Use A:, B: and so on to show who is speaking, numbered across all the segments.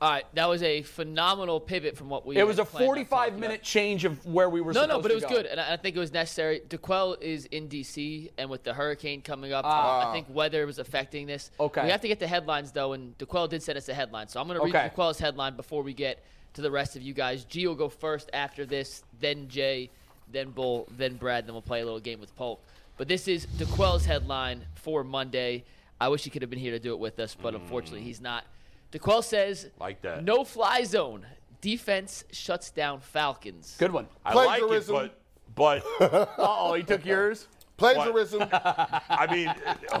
A: All right, that was a phenomenal pivot from what we.
B: It was
A: had
B: a
A: planned on
B: 45
A: talking
B: minute
A: about.
B: change of where we were.
A: No, no,
B: supposed
A: but
B: to
A: it was
B: go.
A: good, and I I think it was necessary. DeQuell is in DC, and with the hurricane coming up, I think weather was affecting this.
B: Ah. Okay.
A: we have to get the headlines though, and DeQuell did send us a headline, so I'm going to read
B: Okay.
A: DeQuell's headline before we get to the rest of you guys. G will go first after this, then Jay, then Bull, then Brad, then we'll play a little game with Polk. But this is DeQuell's headline for Monday. I wish he could have been here to do it with us, but unfortunately he's not. DeQuell says,
C: Like that.
A: no fly zone. Defense shuts down Falcons.
B: Good one.
C: I like it,
D: Plagiarism.
C: but but
B: Oh, he took yours.
D: Plagiarism.
C: I mean,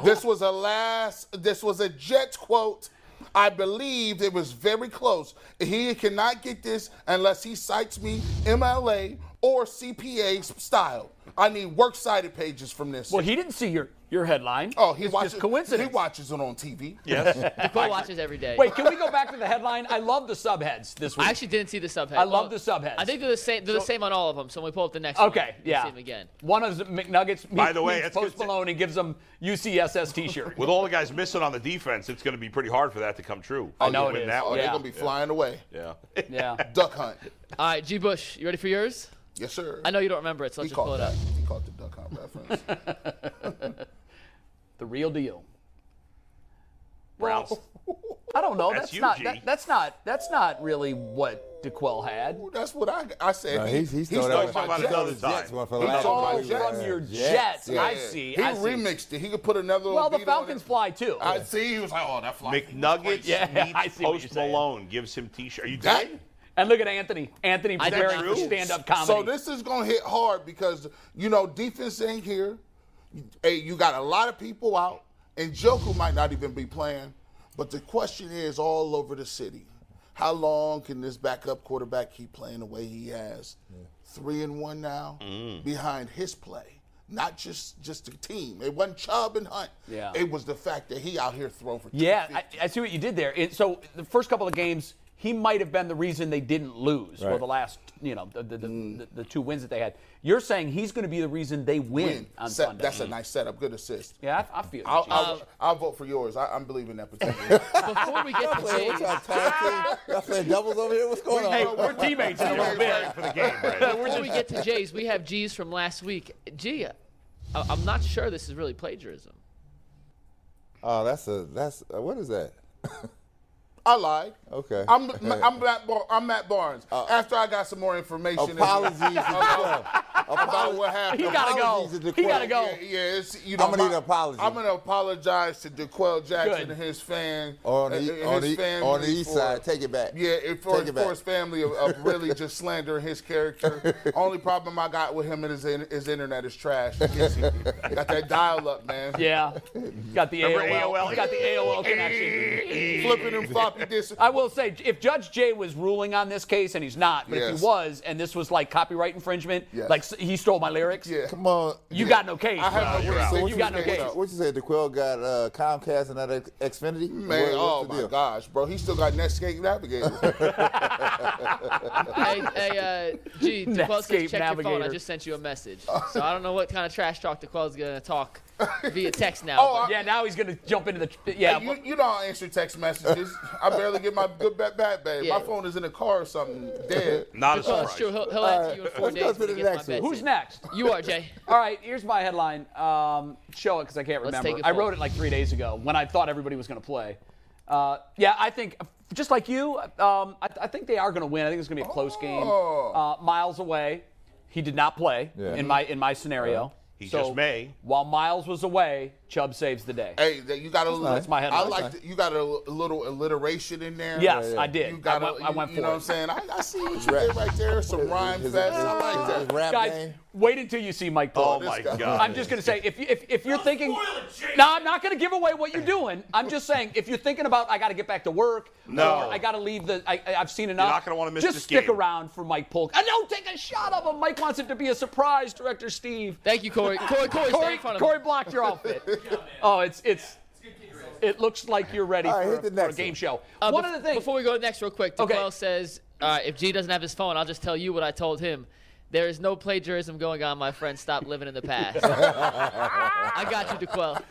D: this was a last. This was a Jets quote. I believed it was very close. He cannot get this unless he cites me MLA or CPA style. I need works cited pages from this.
B: Well, he didn't see your your headline.
D: oh, he
B: it's
D: watches.
B: just coincidence.
D: He watches it on TV.
C: yes.
A: DeQuell watches every day.
B: Wait, can we go back to the headline? I love the subheads this week.
A: I actually didn't see the subhead.
B: I love the subheads.
A: I think they're the same. They're the same on all of them. So when we pull up the next.
B: okay,
A: one, we'll
B: yeah.
A: See them again.
B: One of the McNuggets.
C: By the way,
B: meets
C: it's
B: Post
C: good to-
B: Malone and gives them UCSS T-shirt.
C: With all the guys missing on the defense, it's going to be pretty hard for that to come true. I
B: know it is.
C: That
D: Oh,
C: one.
D: they're
B: Yeah.
D: gonna be flying away.
C: Yeah.
B: yeah.
D: Duck hunt.
A: All right, G. Bush, you ready for yours?
D: Yes, sir.
A: I know you don't remember it, so
D: He
A: let's just pull it
D: caught that.
A: up.
D: He caught the duck hunt reference.
B: The real deal.
C: Browns.
B: I don't know.
C: That's
B: That's,
C: you,
B: not.
C: G.
B: That, that's not. That's not really what DeQuell had.
D: That's what I, I said.
E: No, he's, he's,
D: he's
E: throwing
C: talking
E: that
D: talking
C: about
D: about
E: one. He's throwing the Jets
C: another
D: Jets.
C: time.
E: one for
D: He's
E: last
D: all
E: one.
D: Jets.
E: Yeah.
D: From
B: your Jets. I
D: Yeah.
B: see,
D: He
B: I see.
D: remixed it. He could put another. little
B: Well, the
D: beat on
B: Falcons
D: it.
B: fly too.
D: I see. He was like, "Oh, that fly."
C: McNuggets
B: Yeah, I
C: meets
B: see what you're
C: Post
B: saying.
C: Malone gives him T-shirt. Are you
D: That-
C: dying?
B: and look at Anthony. Anthony
A: I think
B: preparing for
A: true.
B: stand-up comedy.
D: So this is gonna hit hard because you know defense ain't here. Hey, you got a lot of people out, and Joku might not even be playing. But the question is, all over the city, how long can this backup quarterback keep playing the way he has? Three and one now,
F: Mm.
D: behind his play, not just just the team. It wasn't Chubb and Hunt.
B: Yeah.
D: it was the fact that he out here throwing for
B: Yeah,
D: 250.
B: I, I see what you did there. It, so the first couple of games, he might have been the reason they didn't lose. Well,
E: Right.
B: the last, you know, the the, the,
D: Mm.
B: the the two wins that they had. You're saying he's going to be the reason they win, on
D: Set-
B: Sunday.
D: that's a nice setup. Good assist.
B: yeah, I, I feel.
D: I'll,
B: you,
D: I'll, I'll vote for yours. I, I'm believing that particular.
A: Before we get to
E: What's
A: Jay's,
E: up, tag team? Y'all playing doubles over here? What's going on?
B: Hey, we're teammates in a little bit.
C: For the game, Brad.
A: before we get to Jay's, we have G's from last week. G, I- I'm not sure this is really plagiarism.
E: Oh, that's a that's uh, what is that?
D: I lied.
E: Okay.
D: I'm I'm Matt, Bar- I'm Matt Barnes. After I got some more information and-
E: Uh, Apologies to
D: about,
E: Quill.
D: about what happened.
B: He gotta go.
E: Apologies to
B: He gotta
E: DeQuell.
B: go.
D: Yeah, yeah, it's, you know,
E: I'ma need
D: my-
E: an apology.
D: I'm gonna apologize to DeQuell Jackson
B: Good.
D: and his fan
E: On
D: and-
E: the E,
D: and
E: on
D: his
E: the,
D: family
E: on the east
D: for-
E: side, take it back.
D: Yeah, and for,
E: Take it
D: for
E: back.
D: his family of, of really just slandering his character. Only problem I got with him is in, his internet is trash. Gets- got that dial up, man.
B: Yeah, got the
C: Remember
B: AOL.
C: AOL?
B: He's got the AOL connection.
D: Flipping them floppy disks.
B: I will say, if Judge Jay was ruling on this case, and he's not, but if
D: Yes.
B: he was, and this was like copyright infringement,
D: Yes.
B: like s- he stole my lyrics,
D: Yeah.
E: Come on.
B: you got no case.
D: I have no
C: you're out.
E: So
D: reason.
E: what
B: you got no
E: what
B: case.
E: What you say? DeQuell got uh, Comcast and that X- Xfinity. What-
D: Man, oh
E: what's the
D: my
E: deal?
D: gosh, bro, he still got Netscape Navigator.
A: hey, hey uh, G, DeQuell
B: Ah. Netscape
A: says check your phone. I
B: Navigator.
A: just sent you a message. So I don't know what kind of trash talk DeQuell's gonna talk via text now.
D: Oh,
A: but-
D: I-
B: uh, Yeah, now he's gonna jump into the. tr- Yeah,
D: you, you know I answer text messages. I barely get my good back back, babe.
A: Yeah.
D: My phone is in the car or something, dead.
C: Not
A: DeQuell,
C: a
A: it's
C: surprise.
A: true. He'll, he'll answer you in four
E: let's go
A: days
E: to
A: when
E: the
A: he gets
E: next
A: my
E: one.
A: bets
B: who's
A: in.
B: next?
A: You are Jay.
B: All right, here's my headline. Um, show it because I can't
A: Let's
B: remember.
A: take it
B: I
A: forward.
B: wrote it like three days ago when I thought everybody was going to play. Uh, yeah, I think just like you, um, I, I think they are going to win. I think it's going to be a close game. Uh, miles away, he did not play
E: Yeah.
B: in my in my scenario.
C: He just may.
B: While Miles was away, Chubb saves the day.
D: Hey, that you got a little.
B: That's my headline.
D: I like the, you got a l- little alliteration in there.
B: Yes, I did.
D: You got.
B: I went,
D: a,
B: I went
D: you,
B: for
D: you know
B: it.
D: what I'm saying? I, I see what you did right there. Some rhyme
E: His- his-
D: fest. I
E: his-
D: like
E: his
D: that.
E: rap
B: Guys,
E: game.
B: wait until you see Mike Paul.
D: Oh, this
C: my
D: guy.
C: God.
B: I'm just going to say, if, you- if, if you're thinking, no, I'm not going to give away what you're doing. I'm just saying, if you're thinking about, I got to get back to work,
C: No.
B: or I got to leave the, I, I- I've seen enough.
C: not gonna wanna miss
B: Just
C: this
B: stick
C: game.
B: around for Mike Polk. And don't take a shot of him. Mike wants it to be a surprise, Director Steve.
A: Thank you, Corey. Corey, Corey, stay
B: Corey,
A: in front of
B: Corey
A: me.
B: blocked your outfit. oh, it's it's. It looks like you're ready
E: All right,
B: for,
E: hit the
B: for a
E: next
B: game
E: one.
B: show.
A: Uh,
B: One
A: bef-
B: of the things.
A: Before we go to the next, real quick, DeQuell
B: Okay.
A: says, All right, if G doesn't have his phone, I'll just tell you what I told him. There is no plagiarism going on, my friend. Stop living in the past. I got you, DeQuell.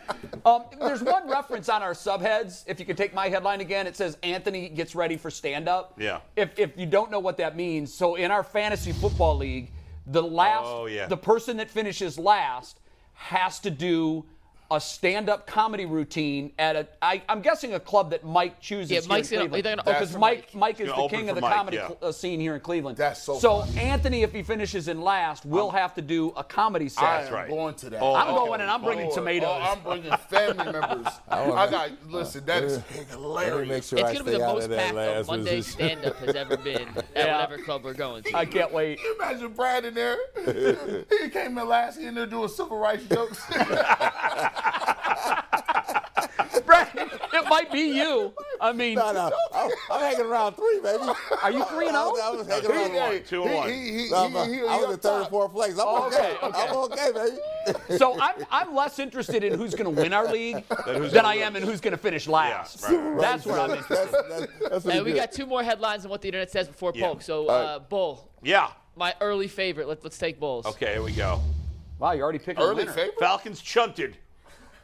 B: Um, there's one reference on our subheads. If you could take my headline again, it says Anthony gets ready for stand up.
C: Yeah.
B: If, if you don't know what that means, so in our fantasy football league, the last,
C: Oh, yeah.
B: the person that finishes last has to do a stand up comedy routine at a, I, I'm guessing a club that Mike chooses.
A: Yeah,
B: here
A: Mike's
B: in
A: gonna-
B: Cleveland.
A: they're gonna
B: Because
D: open
B: Mike,
D: Mike.
B: Mike is
C: He's
B: the
C: gonna
B: king
C: open
B: of the
C: for Mike,
B: comedy
C: yeah.
B: cl- uh, scene here in Cleveland.
D: That's so funny.
B: Anthony, if he finishes in last, will have to do a comedy set.
D: I am
C: right.
D: going to that.
B: I'm going and I'm bringing
D: Lord.
B: tomatoes.
D: Oh, I'm bringing family members.
E: don't
D: I
E: know.
D: got. Listen, that is
E: Let me make
D: hilarious.
E: sure
A: It's
E: I
A: going to be
E: stay
A: the
E: out
A: most
E: of that
A: packed
E: last
A: up Monday
E: position.
A: stand up has ever been at
B: Yeah.
A: whatever club we're going to.
B: I can't wait.
D: Can you imagine Brad in there? he came in last year and they're doing civil rights jokes.
B: Brad, it might be you. I mean,
E: No, no. I'm, I'm hanging around three, baby.
B: are you 3 and
E: I
B: oh? 0?
E: was, I was hanging
C: Two
E: around
C: and one.
E: one.
C: Two and one.
D: He, he, he,
E: No, I'm,
D: he, he, he
E: I was
D: up
E: in third
D: top.
E: and fourth place. I'm okay. I'm okay, baby.
B: Oh, So I'm, I'm less interested in who's going to win our league
C: who's
B: than
C: gonna
B: I am
C: lose.
B: in who's going to finish last.
C: Yeah, right, right.
B: That's what I'm interested
E: That's, that's, that's what
A: And
E: you
A: we
E: do.
A: got two more headlines on what the internet says before
C: Yeah.
A: Polk. So, uh, Bull,
C: Yeah.
A: my early favorite. Let, let's take Bulls.
C: Okay, here we go.
B: Wow, you already picked
D: Early favorite.
C: Falcons chunted.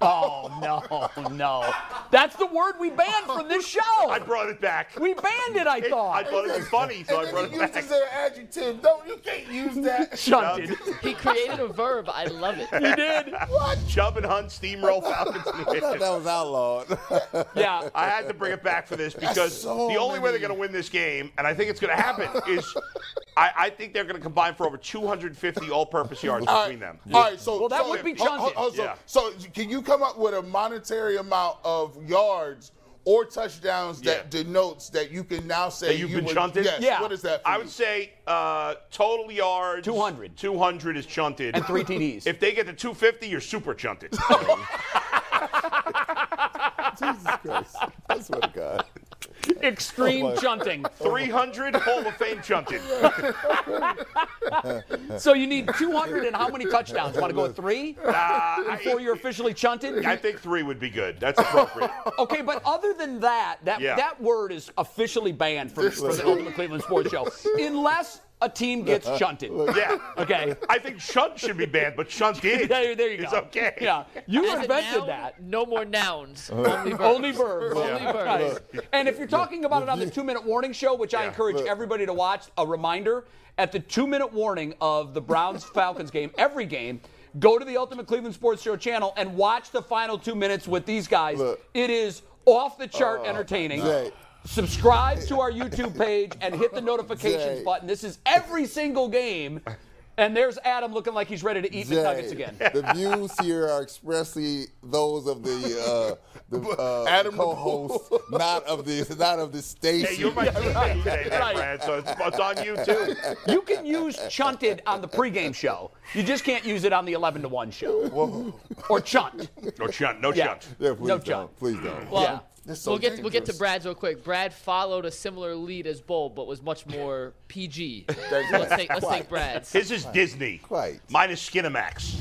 B: Oh, no, no. That's the word we banned from this
C: I
B: show.
C: brought it back.
B: We banned it, I
C: It- I
B: thought.
C: thought it was funny, so I
D: And
C: brought
D: then he
C: it
D: used it
C: back.
D: as an adjective. Don't you can't use that.
B: Shunted.
A: He created a verb. I love it.
B: You did.
C: Chubb and Hunt steamroll Falcons. to
E: I thought that
C: win.
E: was outlawed.
B: Yeah.
C: I had to bring it back for this because
D: so
C: the only way they're
D: many.
C: going to win this game, and I think it's going to happen, is I, I think they're going to combine for over 250 all-purpose yards
D: All
C: between
D: right.
C: them.
D: All right, so
B: Well, that
D: so-
B: would be
D: ho- ho-
B: chunking.
D: ho- so,
C: Yeah.
D: so can you come up with a monetary amount of yards or touchdowns that
C: Yeah.
D: denotes that you can now say
C: That you've
D: you
C: been
D: were-
C: chunted?
D: Yes.
B: Yeah.
D: What is that? For
C: I
D: you?
C: would say uh, total yards
B: 200.
C: 200 is chunted.
B: And three TDs.
C: If they get to 250, you're super chunted.
E: Jesus Christ. That's what it got.
B: Extreme chunting.
C: 300 Hall of Fame chunted.
B: So you need 200 and how many touchdowns? Want to go with three
C: Uh, I-
B: before you're officially chunted?
C: I think three would be good. That's appropriate.
B: Okay, but other than that, that
C: Yeah.
B: that word is officially banned from, from the Ultimate Cleveland Sports Show, unless a team gets shunted.
C: yeah.
B: Okay.
C: Uh-huh. I think chunt should be banned, but chunted
B: There, there you go.
C: is okay.
B: Yeah, you
A: As a
B: invented
A: noun,
B: that.
A: No more nouns. Only verbs.
B: Only verbs.
A: Only verbs.
B: Right. And if you're talking about it on the two-minute warning show, which I
C: Yeah.
B: encourage everybody to watch, a reminder at the two-minute warning of the Browns Falcons game, every game. Go to the Ultimate Cleveland Sports Show channel and watch the final two minutes with these guys.
E: Look.
B: It is off the chart entertaining.
E: Jay.
B: Subscribe to our YouTube page and hit the notifications
E: Jay.
B: button. This is every single game. And there's Adam looking like he's ready to eat McNuggets again.
E: The views here are expressly those of the uh, the uh,
D: Adam
E: co-host, not of the not of the station.
C: Hey, you're my teammate today,
B: Right.
C: Brad, so it's, it's on you, too.
B: You can use chunted on the pregame show. You just can't use it on the 11 to 1 show. Or chunt.
C: No chunt, no
B: Yeah.
C: chunt.
E: yeah, please
B: No,
E: don't.
B: John.
E: Please don't.
A: Well,
B: Yeah.
D: That's so
A: we'll get we'll get to
D: dangerous.
A: Brad's real quick. Brad followed a similar lead as Bull, but was much more PG. So
D: Thank you.
A: let's take let's take Brad's.
C: His is Disney.
E: Quite.
C: Mine is Skinamax.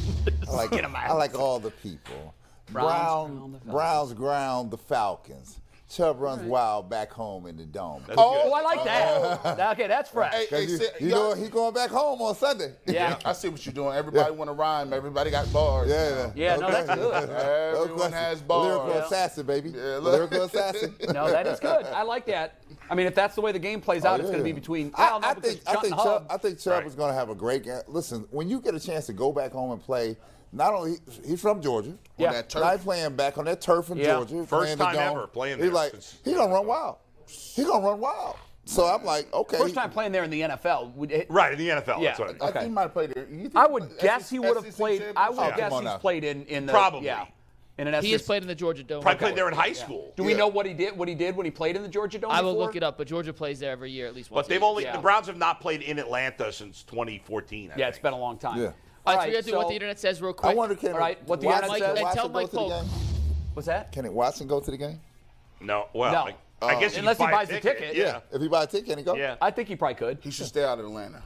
E: I like,
B: Get 'em out.
E: I like all the people. Brown,
B: ground the Falcons.
E: Browns ground the Falcons. Chubb runs wild back home in the dome.
B: Oh, I like
E: Oh.
B: that. Okay, that's fresh.
D: Hey, hey,
E: 'Cause you,
D: say-
E: you
D: y'all-
E: know he going back home on Sunday.
B: Yeah.
D: I see what you're doing. Everybody want to rhyme. Everybody got bars.
E: Yeah,
B: Yeah, no, that's good.
D: Everyone
E: question.
D: has
E: Lyrical
D: bars.
E: assassin, baby.
D: look.
E: Lyrical assassin.
B: No, that is good. I like that. I mean, if that's the way the game plays out, it's going to be between.
E: Oh, I,
B: well, no,
E: I
B: because
E: think I
B: Chunt
E: think
B: and
E: Chubb,
B: Hubb-
E: I think Chubb is going to have a great game. Listen, when you get a chance to go back home and play, not only he's from Georgia,
B: Yeah.
D: that turf.
E: now he's playing back on that turf in
B: Yeah.
E: Georgia.
C: First
E: playing the
C: time
E: dome.
C: ever playing
E: He's
C: there
E: like
C: since-
E: he gonna run wild. He gonna run wild. So I'm like, okay.
B: First time playing there in the NFL. would it-
C: Right, in the NFL.
B: Yeah.
C: That's what I mean.
D: I
B: Okay.
D: think he might have played there. You think
B: I would
D: SEC
B: guess he would have
D: SEC
B: played. I would
D: championship?
E: come
B: guess
E: on
B: he's
E: now.
B: played in in the
C: Probably.
B: Yeah. in an SEC.
A: He has played in the Georgia Dome.
C: Probably played there in high school.
B: Do we
E: Yeah.
B: know what he did? What he did when he played in the Georgia Dome?
A: I will look
B: before?
A: it up, but Georgia plays there every year at least once. a
C: But they've
A: year.
C: only
B: Yeah.
C: the Browns have not played in Atlanta since 2014. I
B: Yeah, it's
C: think.
B: been a long time.
E: Yeah.
A: All right, so we got to do what the internet says real quick.
E: I wonder can
B: All right, what the
E: Watson,
B: internet said.
E: Watson
A: And tell
E: go
A: Mike
E: to the
A: Polk.
E: game?
B: What's that?
E: Can it Watson go to the game? Oh.
C: No, well,
B: No.
C: I, I guess you
B: Unless
C: can
B: he
C: buy
B: buys
C: a
B: the
C: ticket.
B: ticket,
C: Yeah.
E: If he buy a ticket, can he go?
C: Yeah.
B: I think he probably could.
D: He should stay out of Atlanta.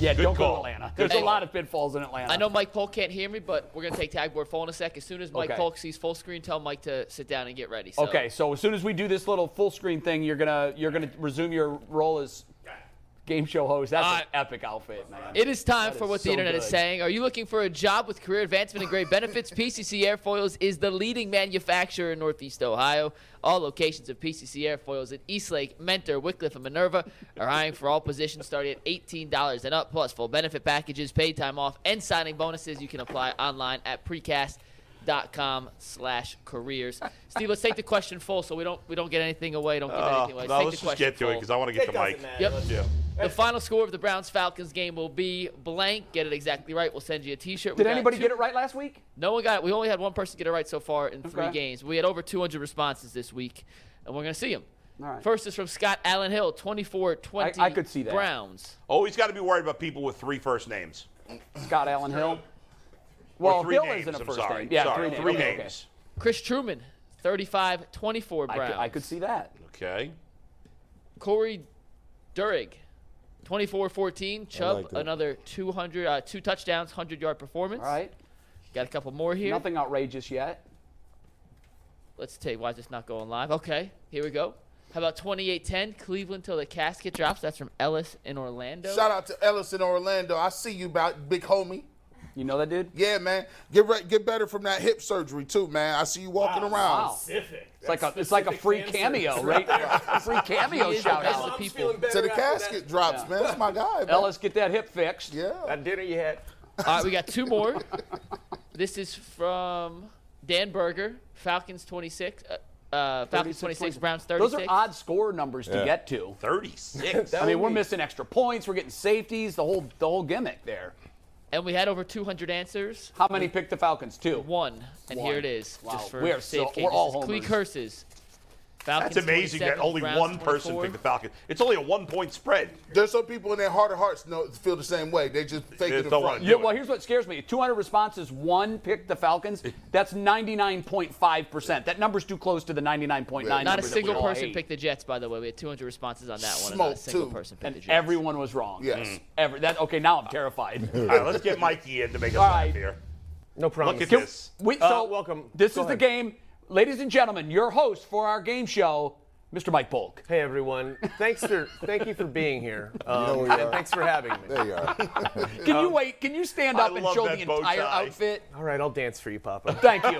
B: Yeah, don't go
C: call.
B: to Atlanta. There's
A: Hey.
B: a lot of pitfalls in Atlanta.
A: I know Mike Polk can't hear me, but we're gonna take tag board full in a sec. As soon as Mike
B: Okay.
A: Polk sees full screen, tell Mike to sit down and get ready. So.
B: Okay, so as soon as we do this little full screen thing, you're gonna you're gonna resume your role as game show host. That's
A: All
B: an
A: right.
B: epic outfit, man.
A: Uh, It is time
B: That
A: for
B: is
A: what the
B: so
A: internet is
B: good.
A: saying. Are you looking for a job with career advancement and great benefits? PCC Airfoils is the leading manufacturer in Northeast Ohio. All locations of PCC Airfoils at Eastlake, Mentor, Wickliffe, and Minerva are hiring for all positions starting at $18 and up, plus full benefit packages, paid time off, and signing bonuses. You can apply online at precast.com slash careers. Steve, let's take the question full so we don't we don't get anything away. Don't give
C: Uh,
A: anything away.
C: no,
A: take
C: let's
A: the
C: just
A: question
C: get to it
A: full.
C: because I want to get the mic.
A: Yep.
C: Yeah.
A: The final score of the Browns Falcons game will be blank. Get it exactly right. We'll send you a T-shirt.
B: Did anybody get it right last week?
A: No one got it. We only had one person get it right so far in three
B: Okay.
A: games. We had over 200 responses this week, and we're gonna see them.
B: All right.
A: First is from Scott Allen Hill, 24-20.
B: I- I could see that.
A: Browns.
C: Always got to Oh, be worried about people with three first names.
B: Scott Allen Hill.
C: Or
B: Well,
C: three
B: Bill
C: names,
B: isn't a
C: I'm
B: first
C: sorry.
B: name. Yeah,
C: Sorry,
B: three,
C: three
B: names. Okay,
C: names.
A: Chris Truman, 35-24 Browns.
B: okay. I, could, I could see that.
C: Okay.
A: Corey Durig, 24-14. Chubb,
E: like that.
A: another 200, uh, two touchdowns, 100-yard performance.
B: All right.
A: Got a couple more here.
B: Nothing outrageous yet.
A: Let's take. Why is this not going live? Okay, here we go. How about 28-10, Cleveland till the casket drops? That's from Ellis in Orlando.
D: Shout out to Ellis in Orlando. I see you, about big homie.
B: You know that dude?
D: Yeah, man. Get re- get better from that hip surgery too, man. I see you walking around.
B: Wow.
G: Specific.
B: It's like a it's like a free cameo, right? a free cameo
A: He is
B: shout
A: the best of
B: out.
A: people. All
D: To the casket drops, man. That's my guy, man.
B: Ellis, get that hip fixed.
D: Yeah.
C: That dinner you had.
A: right, we got two more. this is from Dan Berger, Falcons 26, uh, uh, Falcons 26, Browns 36.
B: Those are odd score numbers to get to.
C: 36.
B: I mean, we're missing extra points. We're getting safeties. The whole the whole gimmick there.
A: And we had over 200 answers.
B: How many picked the Falcons? Two.
A: One, and
B: One.
A: here it is.
B: Wow.
A: Just for
B: We are
A: safe
B: so-
A: game.
B: we're
A: This
B: all
A: is Clee
B: homers.
A: Curses. Falcons
C: That's amazing that
A: 27,
C: only
A: Browns
C: one person
A: 24.
C: picked the Falcons. It's only a one point spread.
D: There's some people in their heart of hearts know feel the same way. They just fake
C: They
D: it in
C: don't
D: front.
C: wanna
B: Yeah, well, here's what scares me. 200 responses, one picked the Falcons. That's 99.5%. That number's too close to the 99.9.
A: Not a
B: number that we
A: single
B: all
A: person
B: hate.
A: picked the Jets, by the way. We had 200 responses on that one. and not a
D: Smoke,
A: single
D: too.
A: person picked the
B: And
A: Jets.
B: everyone was wrong.
D: Yes.
B: Mm. Every, that, okay, now I'm terrified.
C: All right, let's get Mikey in to make us
B: All
C: laugh
B: right.
C: here.
H: No problem.
C: Look at this.
B: We,
H: Uh,
B: so
H: welcome.
B: This
H: Go
B: is the
H: ahead.
B: game. Ladies and gentlemen, your host for our game show, Mr. Mike Polk.
H: Hey everyone. Thanks for thank you for being here.
E: know
H: Um,
E: we are.
H: and thanks for having me.
E: There
H: Um,
E: you are.
B: Can you wait? Can you stand
C: I
B: up and
C: love
B: show
C: that
B: the
C: bow
B: entire
C: tie.
B: outfit?
H: All right, I'll dance for you, Papa.
B: Thank you.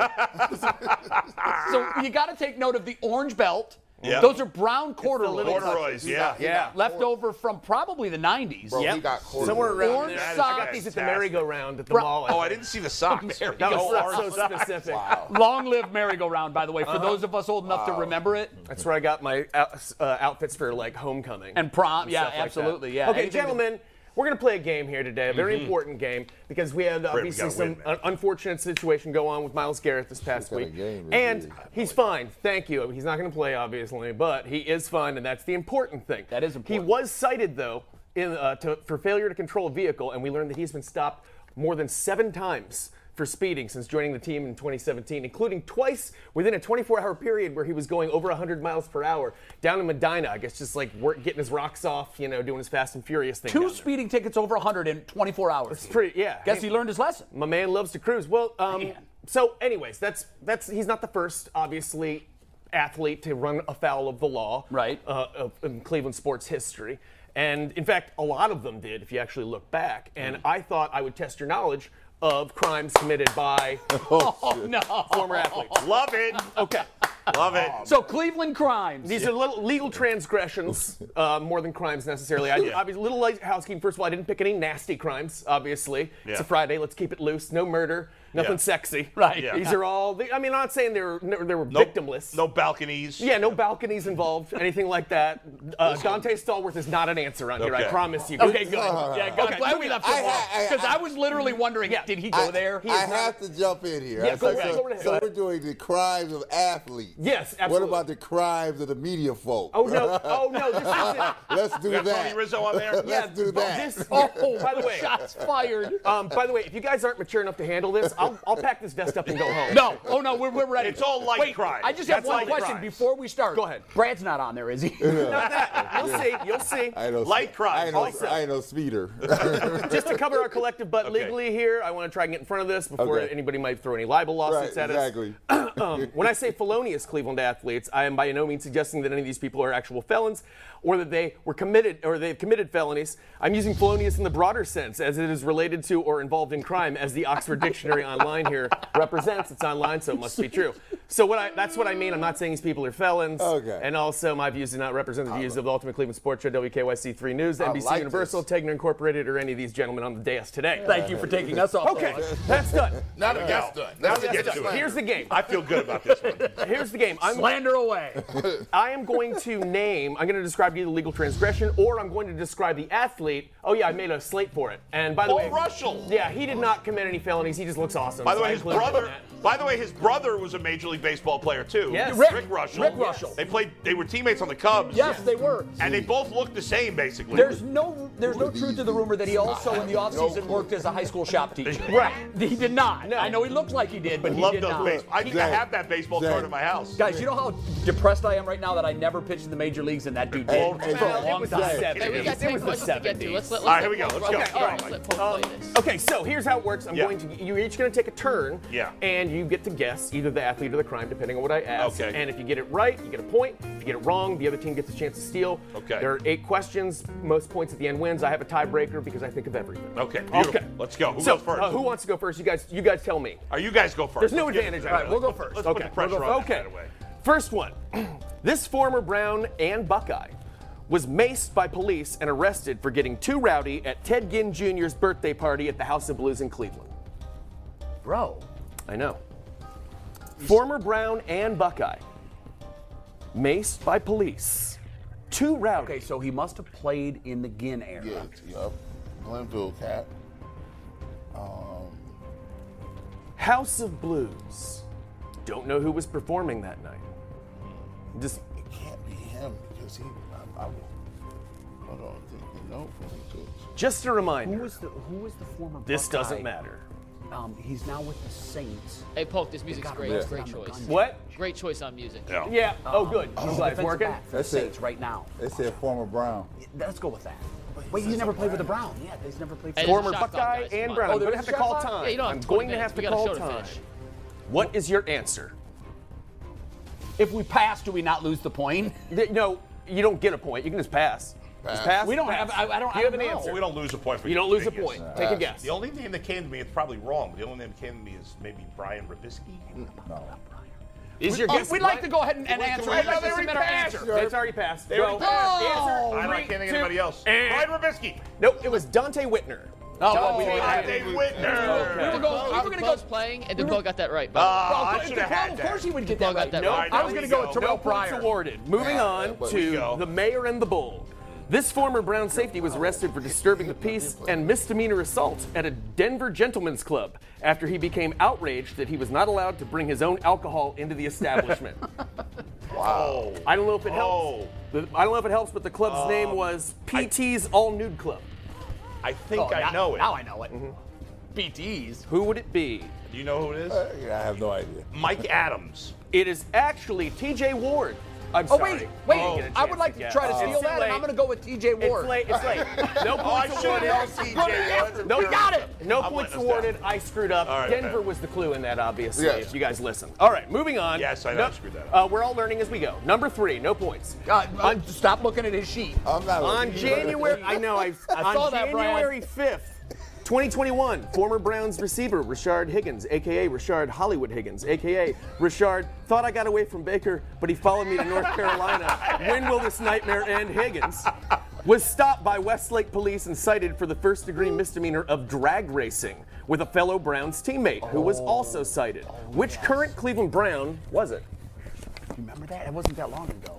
B: so you got to take note of the orange belt.
C: Yeah.
B: Those are brown corduroys.
H: little-
C: Corduroys, yeah.
H: Yeah.
B: Left over from probably the 90s.
D: Bro,
H: Yep.
D: he got quarter.
H: Somewhere around
B: Orange
H: there. I
B: socks.
H: got these at the
C: Fantastic.
H: merry-go-round at the
B: Bro-
H: mall.
C: Oh, I didn't see the socks.
H: That was
C: Oh,
H: not
C: our-
H: so specific.
B: Long live merry-go-round, by the
C: Uh-huh.
B: way, for those of us old enough to remember it.
H: That's where I got my out- uh, outfits for like homecoming
B: And prom, yeah,
H: stuff like that.
B: absolutely, yeah.
H: Okay,
B: Anything to-
H: gentlemen, we're gonna play a game here today, a very important game because we had
C: Mm-hmm. we
H: obviously
C: gotta
H: some
C: win, man.
H: un- unfortunate situation go on with Miles Garrett this past
E: kind of
H: week,
E: game is
H: and
E: it?
H: he's fine. Thank you. He's not gonna play obviously, but he is fine, and that's the important thing.
B: That is important.
H: He was cited though in, uh, to, for failure to control a vehicle, and we learned that he's been stopped more than seven times. For speeding since joining the team in 2017, including twice within a 24-hour period where he was going over 100 miles per hour down in Medina, I guess, just like work, getting his rocks off, you know, doing his Fast and Furious thing. down
B: Two
H: there.
B: speeding tickets over 100 in 24 hours.
H: It's pretty, yeah.
B: Guess
H: Hey,
B: he learned his lesson.
H: My man loves to cruise. Well, um,
B: Man.
H: so anyways, that's that's he's not the first, obviously, athlete to run afoul of the law,
B: Right.
H: Uh, of, in Cleveland sports history, and in fact, a lot of them did. If you actually look back, and
B: Mm-hmm.
H: I thought I would test your knowledge of crimes committed by
B: Oh, no.
H: former athletes.
C: Love it.
H: Okay.
C: Love it.
B: So Cleveland crimes.
H: These are little legal transgressions, uh, more than crimes necessarily. I,
C: Yeah.
H: obviously, little light housekeeping. First of all, I didn't pick any nasty crimes. Obviously, it's
C: Yeah.
H: a Friday. Let's keep it loose. No murder. nothing
C: Yeah.
H: sexy.
C: Right. Yeah.
H: These are all. The, I mean, I'm not saying they were they were
C: No-
H: victimless.
C: No balconies.
H: Yeah, no balconies involved, anything like that. Uh, Dante Stallworth is not an answer on here. I
C: Okay.
H: promise you.
B: Okay, good. Yeah, God,
H: Okay,
B: I'm glad
H: so
B: we
H: yeah,
B: left
E: I
B: him
E: ha- I-
B: because I,
E: I-
B: was literally wondering,
H: Yeah.
B: did he go
E: I,
B: there?
H: He
E: I
H: is not-
E: have to jump in here.
H: Yeah, go
E: so,
H: right,
E: so-
H: go right ahead.
E: so we're doing the crimes of athletes.
H: Yes,
E: What
H: absolutely.
E: about the crimes of the media folk?
H: Oh no! Oh no! This isn't.
E: Let's do
C: We got
E: that.
C: Tony Rizzo on there.
H: Yeah,
E: Let's do
H: but
E: that.
H: This, oh, by the way,
B: Shots fired.
H: um, by the way, if you guys aren't mature enough to handle this, I'll, I'll pack this vest up and go home.
B: No. Oh no, we're, we're ready.
C: It's all light
B: Wait,
C: crimes.
B: I just have
C: That's
B: one
C: light
B: question
C: crimes.
B: before we start.
H: Go ahead.
B: Brad's not on there, is he?
H: Not that. You'll see. You'll see.
E: I know,
C: Light
E: I
C: crimes.
E: know,
C: Light
E: I know speeder.
H: Just to cover our collective butt
C: Okay.
H: legally here, I want to try and get in front of this before
E: Okay.
H: anybody might throw any libel
E: right,
H: lawsuits at us.
E: exactly.
H: Um, when I say felonious Cleveland athletes, I am by no means suggesting that any of these people are actual felons or that they were committed or they've committed felonies. I'm using felonious in the broader sense as it is related to or involved in crime as the Oxford Dictionary online here represents. It's online, so it must be true. So what I, that's what I mean. I'm not saying these people are felons.
E: Okay.
H: And also my views do not represent the views of the Ultimate Cleveland Sports Show, WKYC 3 News, NBC
E: like
H: Universal, Tegna Incorporated, or any of these gentlemen on the dais today.
B: Thank you for taking us off.
H: Okay, that's done.
D: Now that that's done.
C: Now
D: Now
C: we
D: that
C: get
D: that's
C: to it.
D: done.
H: Here's the game.
C: I feel good about this one.
H: Here's the game. I'm
B: Slander away.
H: I am going to name, I'm going to describe either legal transgression or I'm going to describe the athlete. Oh, yeah, I made a slate for it. And by the
C: Paul
H: way,
C: Russell.
H: Yeah, he did not commit any felonies. He just looks awesome.
C: By the
H: so I
C: way, his
H: included him in
C: brother.
H: that.
C: By the way, his brother was a major league baseball player too.
H: Yes.
C: Rick,
B: Rick
C: Russell.
B: Rick Russell.
C: They played. They were teammates on the Cubs.
B: Yes, they were.
C: And they both looked the same basically.
B: There's no there's no
E: Look at
B: truth
E: these
B: to the rumor that he
E: dudes.
B: also in the offseason worked as a high school shop teacher.
H: Right.
B: He did not. I know he looked like he did, but he
C: Love
B: did
C: those
B: not.
C: baseball. I think I
E: Zach.
C: have that baseball
E: Zach.
C: card in my house.
B: Guys, you know how depressed I am right now that I never pitched in the major leagues and that dude did
E: Well,
B: for a
E: well,
B: long
H: it was the
B: time.
H: seven.
C: It
A: Hey, we
C: is-
A: got
C: it
A: 10
B: was the
A: questions to get to.
B: 70s.
A: Let's let, let's
C: All right, here we
A: let
C: go.
A: Paul run.
C: Let's go.
A: All right,
C: All
A: let's
C: right.
A: let Paul play this.
H: Okay, so here's how it works. I'm
C: Yeah.
H: going to you're each going to take a turn.
C: Yeah.
H: And you get to guess either the athlete or the crime, depending on what I ask.
C: Okay.
H: And if you get it right, you get a point. If you get it wrong, the other team gets a chance to steal.
C: Okay.
H: There are eight questions. Most points at the end wins. I have a tiebreaker because I think of everything.
C: Okay, beautiful. Let's go. Who
H: so,
C: goes first?
H: uh, who wants to go first? You guys, you guys tell me.
C: Are you guys go first?
H: There's no
C: Let's get-
H: advantage.
C: All right,
H: either.
C: we'll go first. Let's put the pressure
H: we'll go-
C: on that
H: Okay.
C: right away.
H: First one. this former Brown and Buckeye was maced by police and arrested for getting too rowdy at Ted Ginn Jr.'s birthday party at the House of Blues in Cleveland.
B: Bro.
H: I know. Former Brown and Buckeye, maced by police, too rowdy.
B: Okay, so he must have played in the Ginn era.
D: Yeah, yep. Glenville cat. Um,
H: House of Blues. Don't know who was performing that night. Just
D: it can't be him because he. I, I, I don't think they know from the cooks.
H: just a
B: Who
H: reminder.
B: was the Who was the former?
H: This
B: Buckeye?
H: doesn't matter.
B: Um, he's now with the Saints.
A: Hey, Polk, this music's
B: got
A: great.
B: arrested
A: Great
B: on the
A: choice.
B: gun.
H: What?
A: Great choice on music.
C: Yeah.
H: Yeah. Oh, good.
B: He's
H: I'm glad it's
B: defensive
H: working.
B: back for the
E: That's it.
B: Saints right now.
E: They said former Brown.
B: Let's go with that. Wait, he's never played with the Brown. Yeah, he's never played.
A: Hey, there's
B: For
H: Former
A: a shot clock,
H: Buckeye
A: guys. Come
H: and
A: on.
H: Brown.
B: Oh,
H: I'm going to
B: there's
H: have
B: a
H: to
B: shot
H: call
B: clock?
H: time.
A: Yeah, you don't have
H: I'm
A: 20
H: going to
A: minutes.
H: have
A: We
H: to
A: got a
H: call
A: show to
H: time.
A: finish.
H: What is your answer?
B: if we pass, do we not lose the point?
H: Th- No, you don't get a point. You can just pass. Just
E: Pass.
H: pass.
B: We don't
H: pass.
B: have. I, I don't.
H: You
B: I
H: Uh, have
B: don't
H: an
B: know.
C: Well,
H: answer.
C: we don't lose a point. for
H: You don't lose a
C: taking
H: point.
C: guess.
H: Take a guess.
C: The only name that came to me, it's probably wrong, but the only name that came to me is maybe Brian Rubisky.
H: Mm, Is your
B: Oh,
H: guess?
B: we'd like to go ahead and, and answer. We'd like to submit our answer.
H: It's already passed. They
C: already passed.
B: Oh,
H: Answer.
C: I
H: three,
C: can't think of
H: two-
C: anybody else.
H: and-
C: Brian Rubisky.
H: Nope, it was Dante Whitner.
B: Oh, well, we,
C: Oh, Dante Whitner.
B: we were going. We were going to go.
A: Both playing, and DePaul got that right.
H: Ah,
C: Uh,
A: By
C: I
B: if
C: should have
B: DePaul,
C: had
B: Of
C: that.
B: course, he would get
A: DePaul
B: that
A: got
B: right.
A: that
C: No,
A: right.
C: I
B: I was
C: There
B: going to
C: we
B: go with
C: go.
H: No
B: Terrell
H: points
B: Pryor.
H: awarded. Moving
E: Yeah,
H: on
E: but-
C: we
H: to
C: go.
H: the mayor and the bull. This former Brown safety was arrested for disturbing the peace and misdemeanor assault at a Denver gentleman's club after he became outraged that he was not allowed to bring his own alcohol into the establishment.
C: Wow.
H: I don't know if it helps.
C: Oh.
H: The- I don't know if it helps, but the club's name was PT's All Nude Club.
C: I think
B: Oh,
C: I
B: now-
C: know it.
B: Now I know it.
H: Mm-hmm.
B: BTS.
H: Who would it be?
C: Do you know who it is?
E: Uh, Yeah, I have no idea.
C: Mike Adams.
H: It is actually TJ Ward. I'm
B: Oh
H: sorry.
B: wait, wait!
H: You didn't get a
B: I
H: chance
B: would like to
H: guess.
B: try to
H: It's
B: steal
H: too
B: that,
H: late.
B: and I'm going to go with T.J. Ward.
H: It's late. It's late. No
C: Oh, I
H: points
C: should
H: awarded.
C: have known TJ.
H: No,
C: That's
H: got
C: embarrassing.
H: it. No
C: I'm
H: points
C: letting us
H: awarded.
C: down.
H: I screwed up.
C: All right,
H: Denver
C: man.
H: was the clue in that, obviously.
E: Yeah.
H: If you guys listen. All right, moving on.
C: Yes, I know, I screwed that up.
H: Uh, we're all learning as we go. Number three, no points.
B: God, uh, stop looking at his sheet.
E: I'm not.
H: On
E: looking.
H: January, I know I,
B: I
H: on
B: saw that, Brad.
H: January 5th, 2021, former Browns receiver Rashard Higgins, aka Rashard Hollywood Higgins, aka Rashard, thought I got away from Baker, but he followed me to North Carolina. When will this nightmare end, Higgins? Was stopped by Westlake police and cited for the first degree misdemeanor of drag racing with a fellow Browns teammate who
D: Oh.
H: was also cited. Which current Cleveland Brown was it?
B: Remember that? It wasn't that long ago.